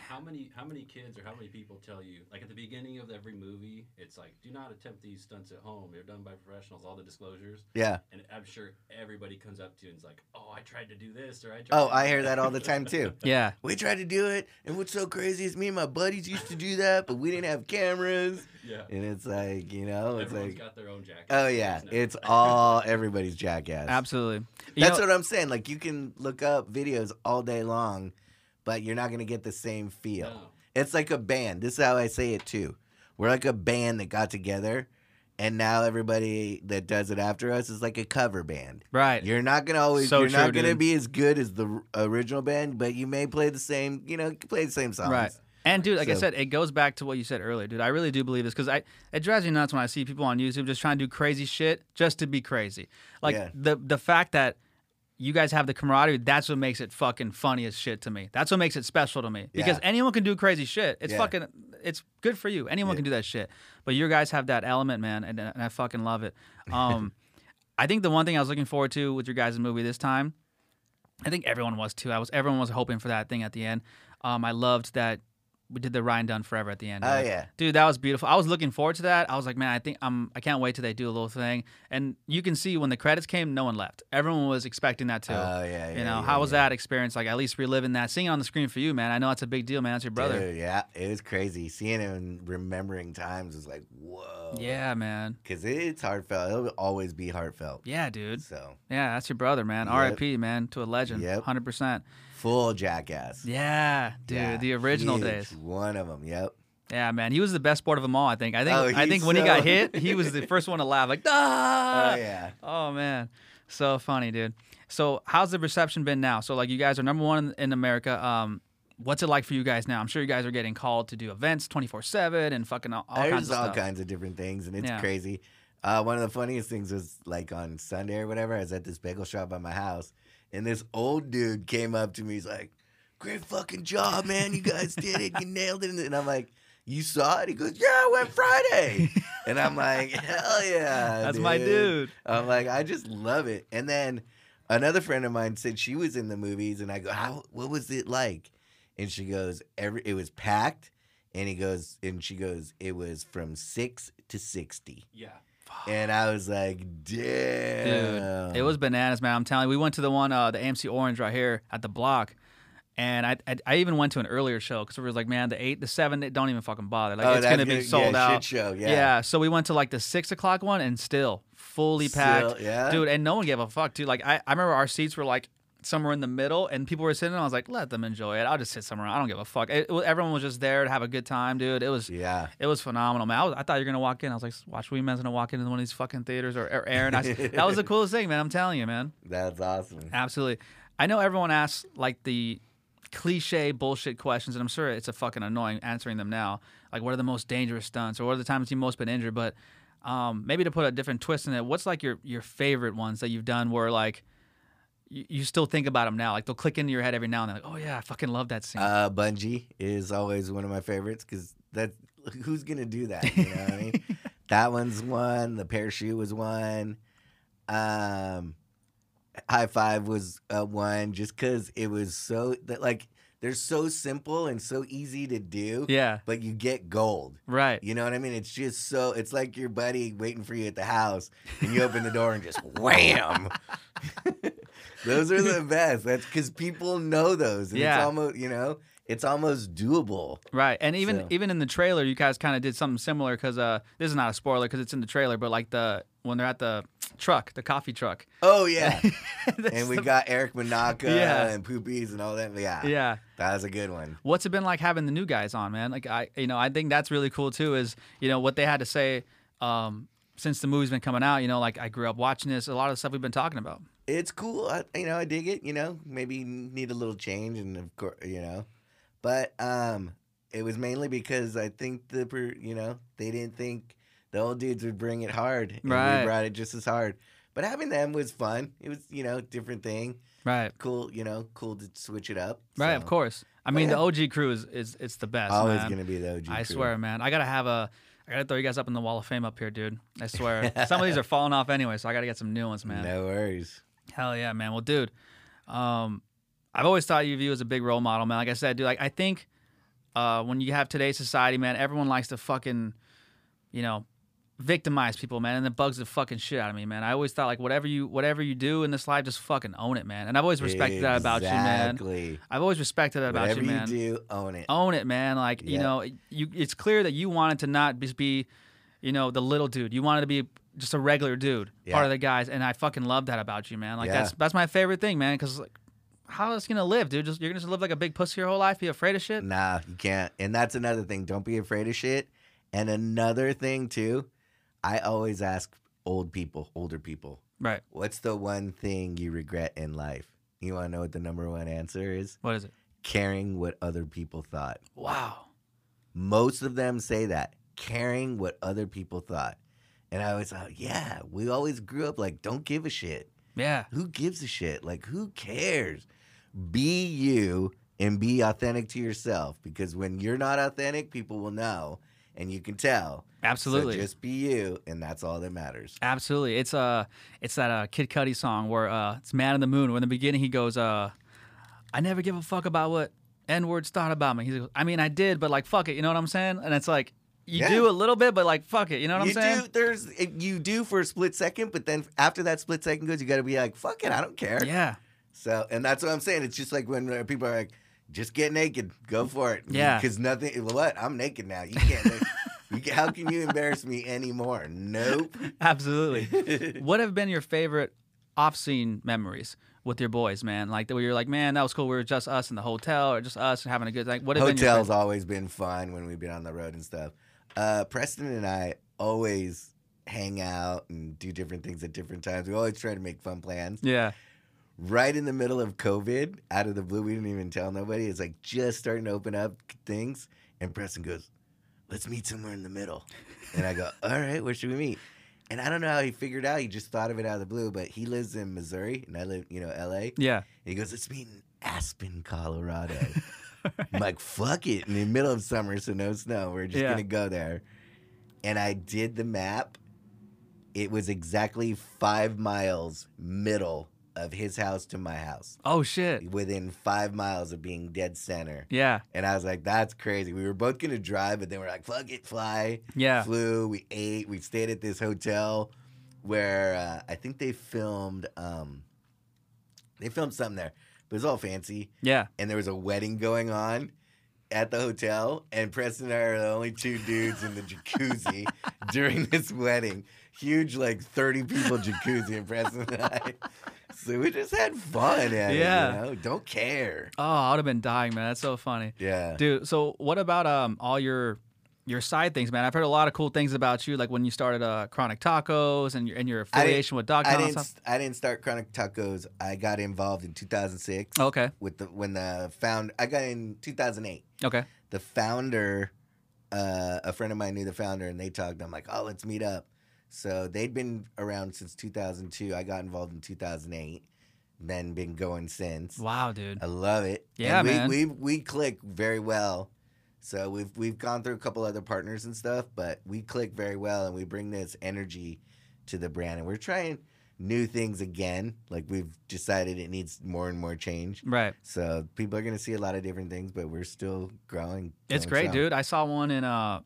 S4: How many how many kids or how many people tell you like at the beginning of every movie it's like do not attempt these stunts at home they're done by professionals all the disclosures
S3: Yeah.
S4: and I'm sure everybody comes up to you and is like oh I tried to do this or I tried
S3: Oh,
S4: to
S3: I
S4: do
S3: hear that all the time too.
S1: Yeah.
S3: We tried to do it, and what's so crazy is me and my buddies used to do that, but we didn't have cameras.
S4: yeah
S3: And it's like, you know,
S4: Everyone's
S3: it's like,
S4: got their own jacket
S3: oh yeah,
S4: There's no-
S3: it's all everybody's jackass.
S1: Absolutely. You
S3: That's
S1: know-
S3: what I'm saying. Like, you can look up videos all day long, but you're not gonna get the same feel.
S4: No.
S3: It's like a band. This is how I say it too. We're like a band that got together, and now everybody that does it after us is like a cover band.
S1: right.
S3: You're not gonna always.
S1: So
S3: you're not
S1: true,
S3: gonna
S1: dude.
S3: be as good as the r- original band, but you may play the same. You know, play the same songs.
S1: Right. And dude, like I
S3: So-
S1: said, it goes back to what you said earlier, dude. I really do believe this because I it drives me nuts when I see people on YouTube just trying to do crazy shit just to be crazy. Like
S3: Yeah.
S1: the the fact that you guys have the camaraderie, that's what makes it fucking funny as shit to me. That's what makes it special to me. Because
S3: Yeah.
S1: anyone can do crazy shit. It's
S3: Yeah.
S1: fucking it's good for you. Anyone
S3: Yeah.
S1: can do that shit. But you guys have that element, man, and, and I fucking love it. Um I think the one thing I was looking forward to with your guys' movie this time I think everyone was too. I was everyone was hoping for that thing at the end. Um, I loved that we did the Ryan Dunn forever at the end.
S3: Oh,
S1: Like,
S3: yeah.
S1: dude, that was beautiful. I was looking forward to that. I was like, man, I think I'm. I can't wait till they do a little thing. And you can see when the credits came, no one left. Everyone was expecting that too.
S3: Oh yeah.
S1: you know, how was that experience? Like at least reliving that, seeing it on the screen for you, man. I know that's a big deal, man. That's your brother.
S3: Dude, yeah, it was crazy. Seeing him and remembering times was like, whoa.
S1: Yeah, man.
S3: Because it's heartfelt. It'll always be heartfelt.
S1: Yeah, dude.
S3: So
S1: Yeah, that's your brother, man.
S3: Yep.
S1: R.I.P. Man to a legend.
S3: Yep.
S1: Hundred percent.
S3: full jackass.
S1: Yeah, dude.
S3: Yeah,
S1: the original
S3: huge
S1: days.
S3: One of them. Yep.
S1: Yeah, man, he was the best sport of them all. I think. I think.
S3: Oh,
S1: I
S3: he's
S1: think when he got
S3: so-
S1: hit, he was the first one to laugh, like
S3: Oh
S1: ah.
S3: yeah.
S1: Oh man, so funny, dude. So how's the reception been now? So like, you guys are number one in America. Um, what's it like for you guys now? I'm sure you guys are getting called to do events 24 seven and fucking all, all
S3: There's
S1: kinds of
S3: all
S1: stuff.
S3: kinds of different things, and it's
S1: Yeah.
S3: crazy. Uh, one of the funniest things was like on Sunday or whatever, I was at this bagel shop by my house, and this old dude came up to me. He's like, "Great fucking job, man! You guys did it. You nailed it." And I'm like, "You saw it?" He goes, "Yeah, I went Friday." and I'm like, "Hell yeah!"
S1: That's my dude.
S3: I'm like, I just love it. And then another friend of mine said she was in the movies, and I go, "How? What was it like?" And she goes, "Every it was packed." And he goes, and she goes, "It was from six to 60.
S4: yeah
S3: And I was like, "Damn,
S1: It was bananas, man. I'm telling you, we went to the one, uh, the AMC Orange right here at the block. And I, I, I even went to an earlier show because it was like, man, the eight, the seven, it don't even fucking bother. Like
S3: Oh,
S1: it's
S3: that's
S1: gonna be
S3: gonna-
S1: sold
S3: yeah, shit
S1: out.
S3: show, yeah.
S1: So we went to like the six o'clock one and still fully packed,
S3: Still- yeah.
S1: dude. And no one gave a fuck, dude. Like I, I remember our seats were like somewhere in the middle, and people were sitting. And I was like, let them enjoy it. I'll just sit somewhere. I don't give a fuck. It, it was- everyone was just there to have a good time, dude. It was.
S3: Yeah.
S1: It was phenomenal, man. I, was, I thought you were gonna walk in. I was like, "Watch, we man's gonna walk into one of these fucking theaters or, or Aaron." I, that was the coolest thing, man. I'm telling you, man.
S3: That's awesome.
S1: Absolutely. I know everyone asks like the cliche bullshit questions, and I'm sure it's a fucking annoying answering them now. Like, what are the most dangerous stunts, or what are the times you've most been injured? But um, maybe to put a different twist in it, what's like your your favorite ones that you've done where like you, you still think about them now? Like they'll click into your head every now and then. Like, oh yeah, I fucking love that scene.
S3: Uh, Bungie is always one of my favorites because that who's gonna do that? You know what I mean? That one's one. The parachute was one. Um, high five was uh, one. Just because it was so that like they're so simple and so easy to do,
S1: yeah,
S3: but you get gold.
S1: right.
S3: You know what I mean? It's just so. It's like your buddy waiting for you at the house, and you open the door and just wham. those are the best. That's because people know those. And
S1: Yeah.
S3: It's almost you know. It's almost doable.
S1: Right, and even
S3: So-
S1: even in the trailer, you guys kind of did something similar because uh, this is not a spoiler because it's in the trailer, but like the when they're at the truck, the coffee truck,
S3: Oh yeah.
S1: That's
S3: and we
S1: the-
S3: got Eric Manaka
S1: Yeah.
S3: and Poopies and all that. Yeah.
S1: yeah,
S3: That was a good one.
S1: what's it been like having the new guys on, man? Like I, you know, I think that's really cool too. Is you know what they had to say um, since the movie's been coming out. You know, like I grew up watching this. A lot of the stuff we've been talking about.
S3: It's cool. I, you know, I dig it. You know, maybe need a little change, and of course, you know, but um, it was mainly because I think the pro- you know they didn't think the old dudes would bring it hard, and
S1: Right.
S3: we brought it just as hard. But having them was fun. It was you know different thing.
S1: Right,
S3: Cool, you know, cool to switch it up.
S1: right, of
S3: so.
S1: course. I mean,
S3: yeah.
S1: the OG crew is is it's the best.
S3: Always
S1: man.
S3: gonna be the OG.
S1: I
S3: crew.
S1: swear, man. I gotta have a. I gotta throw you guys up in the Wall of Fame up here, dude. I swear. some of these are falling off anyway, so I gotta get some new ones, man.
S3: No worries.
S1: Hell yeah, man. Well, dude, um, I've always thought of you as a big role model, man. Like I said, dude, like I think uh, when you have today's society, man, everyone likes to fucking, you know, victimize people, man, and it bugs the fucking shit out of me, man. I always thought like whatever you whatever you do in this life, just fucking own it, man. And I've always respected that about you, man.
S3: Exactly.
S1: I've always respected that about
S3: Whatever
S1: you,
S3: you,
S1: man.
S3: do, own it.
S1: Own it, man. Like you
S3: Yeah.
S1: know, you it's clear that you wanted to not just be, you know, the little dude. You wanted to be just a regular dude,
S3: Yeah.
S1: part of the guys, and I fucking love that about you, man. Like
S3: Yeah.
S1: that's that's my favorite thing, man. Because like, how else you gonna live, dude? Just you're gonna just live like a big pussy your whole life, be afraid of shit.
S3: Nah, you can't. And that's another thing. Don't be afraid of shit. And another thing too, I always ask old people, older people,
S1: Right.
S3: what's the one thing you regret in life? You want to know what the number one answer is?
S1: What is it?
S3: Caring what other people thought.
S1: Wow.
S3: Most of them say that, caring what other people thought. And I always thought, yeah, we always grew up like, don't give a shit.
S1: Yeah.
S3: Who gives a shit? Like, who cares? Be you and be authentic to yourself because when you're not authentic, people will know and you can tell. So
S1: Absolutely.
S3: just be you, and that's all that matters.
S1: Absolutely. It's uh it's that uh Kid Cudi song where uh it's Man in the Moon where in the beginning he goes, uh I never give a fuck about what N words thought about me. He's like, I mean I did, but like fuck it, you know what I'm saying? And it's like you
S3: Yeah.
S1: do a little bit, but like fuck it, you know what
S3: you
S1: I'm saying?
S3: do. There's eh, you do for a split second, but then after that split second goes, you got to be like, "Fuck it, I don't care."
S1: Yeah.
S3: So, and that's what I'm saying. It's just like when uh, people are like, "Just get naked, go for it."
S1: Mm, Yeah.
S3: Because nothing. What? I'm naked now. You can't. you, ca- how can you embarrass me anymore? Nope.
S1: Absolutely. what have been your favorite off scene memories with your boys, man? Like where you're like, man, that was cool. We were just us in the hotel or just us having a good like what have been your
S3: Hotel's
S1: favorite-
S3: always been fun when we've been on the road and stuff. Uh, Preston and I always hang out and do different things at different times. We always try to make fun plans.
S1: Yeah.
S3: Right in the middle of COVID, out of the blue, we didn't even tell nobody. It's like just starting to open up things. And Preston goes, Let's meet somewhere in the middle. And I go, All right, where should we meet? And I don't know how he figured out. He just thought of it out of the blue, but he lives in Missouri and I live, you know, LA.
S1: Yeah.
S3: And he goes, let's meet in Aspen, Colorado. I'm like, fuck it. In the middle of summer, so no snow. We're just
S1: Yeah.
S3: going to go there. And I did the map. It was exactly five miles middle of his house to my house,
S1: Oh shit.
S3: within five miles of being dead center.
S1: Yeah.
S3: And I was like, that's crazy. We were both going to drive, but then we're like, fuck it, fly.
S1: Yeah.
S3: Flew, we ate, we stayed at this hotel where uh, I think they filmed. Um, they filmed something there, but it was all fancy
S1: Yeah.
S3: and there was a wedding going on at the hotel, and Preston and I are the only two dudes in the jacuzzi during this wedding. Huge, like 30 people jacuzzi, and Preston and I. So we just had fun. At yeah.
S1: Yeah.
S3: you know? Don't care.
S1: Oh, I would have been dying, man. That's so funny.
S3: Yeah.
S1: Dude, so what about um all your your side things, man? I've heard a lot of cool things about you, like when you started uh Chronic Tacos and your and your
S3: I didn't-
S1: affiliation with Dog
S3: I
S1: Town and
S3: didn't.
S1: stuff.
S3: I didn't start Chronic Tacos. I got involved in 2006
S1: Okay.
S3: with the when the found. I got in 2008.
S1: Okay.
S3: the founder, uh, a friend of mine knew the founder, and they talked. I'm like, oh, let's meet up. So they'd been around since 2002. I got involved in 2008, then been going since.
S1: Wow, dude.
S3: I love it.
S1: Yeah,
S3: and we,
S1: man.
S3: We we click very well. So we've we've gone through a couple other partners and stuff, but we click very well, and we bring this energy to the brand, and we're trying new things again. Like we've decided it needs more and more change.
S1: Right.
S3: So people are gonna see a lot of different things, but we're still growing.
S1: It's
S3: going
S1: great,
S3: strong.
S1: dude. I saw one in uh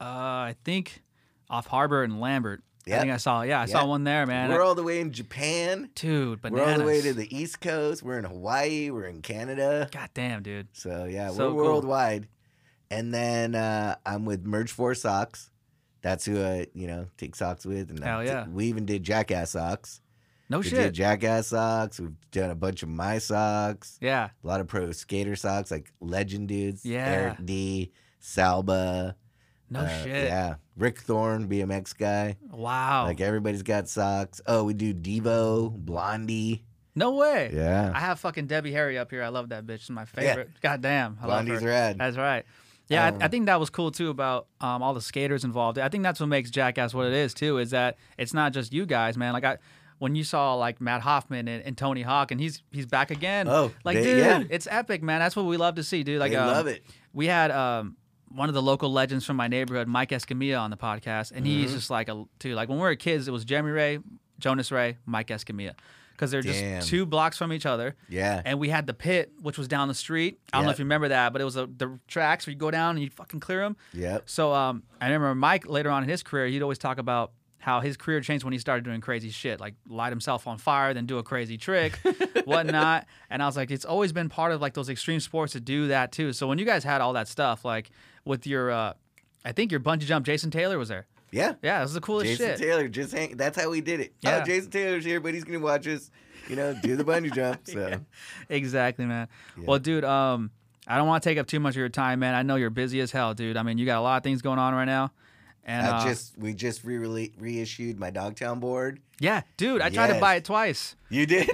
S1: uh I think off Harbor and Lambert. I
S3: Yeah.
S1: think I saw yeah, I
S3: Yeah.
S1: saw one there, man.
S3: We're all the way in Japan.
S1: dude, bananas.
S3: We're all the way to the East Coast. We're in Hawaii. We're in Canada.
S1: God damn, dude.
S3: So yeah,
S1: So cool.
S3: we're worldwide. And then uh, I'm with Merge Four Socks. That's who I, you know, take socks with. And
S1: Hell
S3: I-
S1: yeah.
S3: we even did Jackass socks.
S1: No
S3: we did
S1: shit.
S3: Jackass socks. We've done a bunch of my socks.
S1: Yeah.
S3: A lot of pro skater socks, like Legend dudes.
S1: Yeah.
S3: Eric D, Salba.
S1: No
S3: uh,
S1: shit. Oh.
S3: Yeah, Rick Thorne, BMX guy.
S1: Wow.
S3: Like everybody's got socks. Oh, we do Devo, Blondie.
S1: no way.
S3: Yeah.
S1: I have fucking Debbie Harry up here. I love that bitch. She's my favorite. God damn. I love her.
S3: Blondie's rad.
S1: That's right. Yeah, I, I
S3: Um,
S1: think that was cool too about um, all the skaters involved. I think that's what makes Jackass what it is too. Is that it's not just you guys, man. Like I, when you saw like Matt Hoffman and, and Tony Hawk, and he's he's back again.
S3: Oh,
S1: like
S3: they-
S1: dude,
S3: yeah.
S1: it's epic, man. That's what we love to see, dude. Like
S3: They
S1: um,
S3: love it.
S1: We had um, one of the local legends from my neighborhood, Mike Escamilla, on the podcast, and he's
S3: Mm-hmm.
S1: just like a dude. Like when we were kids, it was Jeremy Ray, Jonas Ray, Mike Escamilla, because they're
S3: Damn.
S1: just two blocks from each other
S3: Yeah.
S1: and we had the pit, which was down the street. I don't know
S3: Yeah.
S1: if you remember that, but it was the the tracks where you go down and you fucking clear them.
S3: Yep.
S1: So um, I remember Mike later on in his career, he'd always talk about how his career changed when he started doing crazy shit, like light himself on fire, then do a crazy trick, whatnot. And I was like, it's always been part of like those extreme sports to do that too. So when you guys had all that stuff, like with your, uh, I think your bungee jump, Jason Taylor was there.
S3: Yeah.
S1: Yeah, it was the coolest
S3: Jason
S1: shit.
S3: Taylor, just hang. That's how we did it.
S1: Yeah.
S3: Oh, Jason Taylor's here, but he's gonna watch us. You know, do the bungee jump. So
S1: exactly, man. Well, dude, um, I don't want to take up too much of your time, man. I know you're busy as hell, dude. I mean, you got a lot of things going on right now, and uh,
S3: I just we just re reissued my Dogtown board.
S1: yeah, dude, I tried to
S3: Yes.
S1: buy it twice.
S3: You did?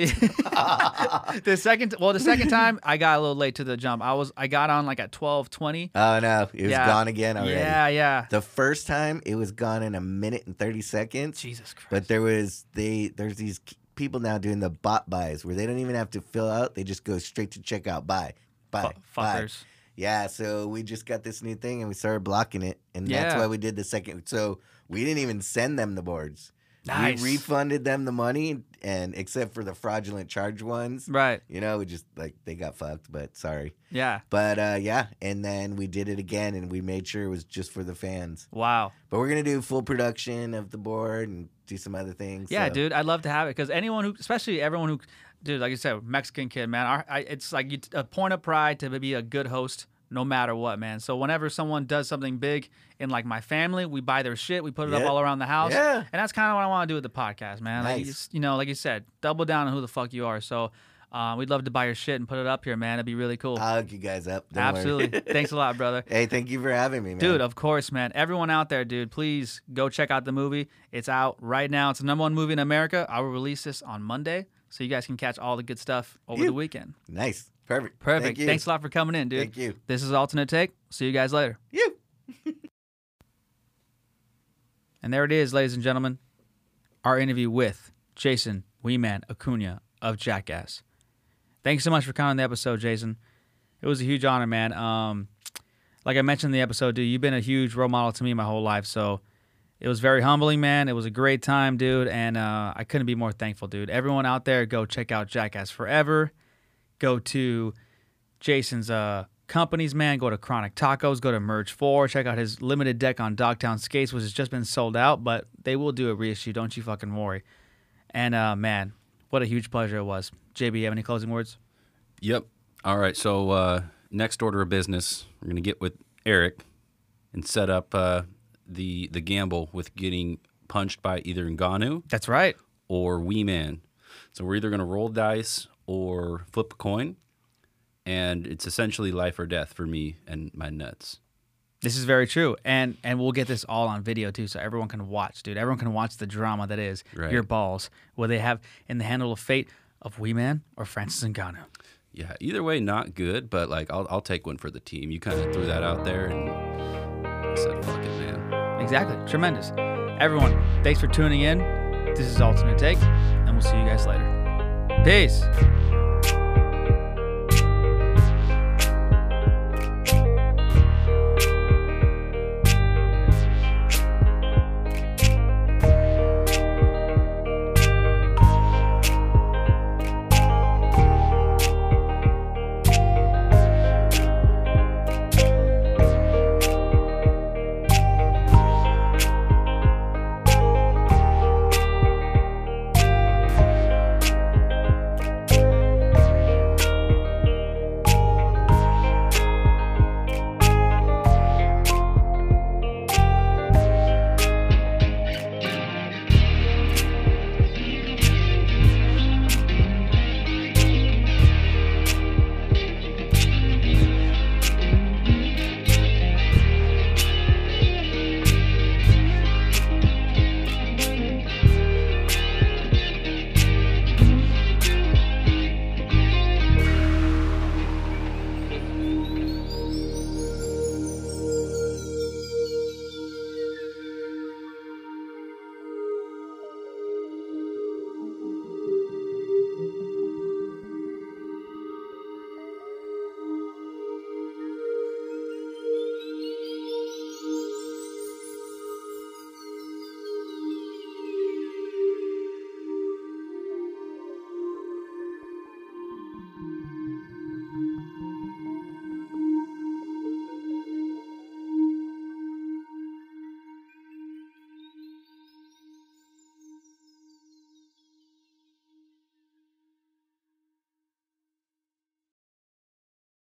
S3: Oh,
S1: the second, well, the second time I got a little late to the jump. I was I got on like at twelve twenty.
S3: oh no, it was
S1: Yeah.
S3: gone again already.
S1: Yeah, yeah.
S3: The first time it was gone in a minute and thirty seconds.
S1: Jesus Christ.
S3: But there was they there's these k- people now doing the bot buys where they don't even have to fill out; they just go straight to checkout. Buy, buy,
S1: Fu-
S3: buy.
S1: fuckers.
S3: Yeah, so we just got this new thing and we started blocking it, and that's
S1: Yeah.
S3: why we did the second. So we didn't even send them the boards.
S1: Nice.
S3: We refunded them the money, and except for the fraudulent charge ones,
S1: Right.
S3: you know, we just like they got fucked. But sorry.
S1: Yeah.
S3: But uh, yeah, and then we did it again, and we made sure it was just for the fans.
S1: Wow.
S3: But we're gonna do full production of the board and do some other things.
S1: Yeah,
S3: so-
S1: dude, I'd love to have it because anyone who, especially everyone who, dude, like you said, Mexican kid, man, our, I, it's like you, a point of pride to be a good host no matter what, man. So whenever someone does something big in like my family, we buy their shit, we put it up
S3: Yeah.
S1: all around the house,
S3: Yeah.
S1: and that's kind of what I want to do with the podcast, man. Like you,
S3: Nice.
S1: s- you know, like you said, double down on who the fuck you are. So uh, we'd love to buy your shit and put it up here, man. It'd be really cool.
S3: I'll hook you guys up. Uh, don't worry.
S1: Absolutely. Thanks a lot, brother.
S3: Hey, thank you for having me, man.
S1: Dude, of course, man. Everyone out there, dude, please go check out the movie. It's out right now. It's the number one movie in America. I will release this on Monday, so you guys can catch all the good stuff over the
S3: Yeah.
S1: weekend.
S3: nice, perfect,
S1: Perfect.
S3: Thank you.
S1: Thanks a lot for coming in, dude.
S3: Thank you.
S1: This is Alternate Take. See you guys later.
S3: You.
S1: And there it is, ladies and gentlemen. Our interview with Jason Weeman Acuna of Jackass. Thanks so much for coming on the episode, Jason. It was a huge honor, man. Um, like I mentioned in the episode, dude, you've been a huge role model to me my whole life. So it was very humbling, man. It was a great time, dude. And uh, I couldn't be more thankful, dude. Everyone out there, go check out Jackass Forever. Go to Jason's uh, companies, man. Go to Chronic Tacos, go to Merge 4, check out his limited deck on Dogtown Skates, which has just been sold out, but they will do a reissue. Don't you fucking worry. And uh, man, what a huge pleasure it was. JB, you have any closing words?
S2: Yep. All right. So uh, next order of business, we're gonna get with Eric and set up uh, the the gamble with getting punched by either Ngannou
S1: That's right.
S2: or Wee Man. So we're either going to roll dice or flip a coin, and it's essentially life or death for me and my nuts.
S1: This is very true, and and we'll get this all on video too, so everyone can watch, dude. Everyone can watch the drama that is
S2: Right.
S1: your balls, where they have in the handle of fate of Wee Man or Francis Ngannou.
S2: Yeah, either way, not good, but like I'll, I'll take one for the team. You kind of threw that out there, and I said, "Fuck it, man."
S1: Exactly, tremendous. Everyone, thanks for tuning in. This is Alternate Take, and we'll see you guys later. Peace.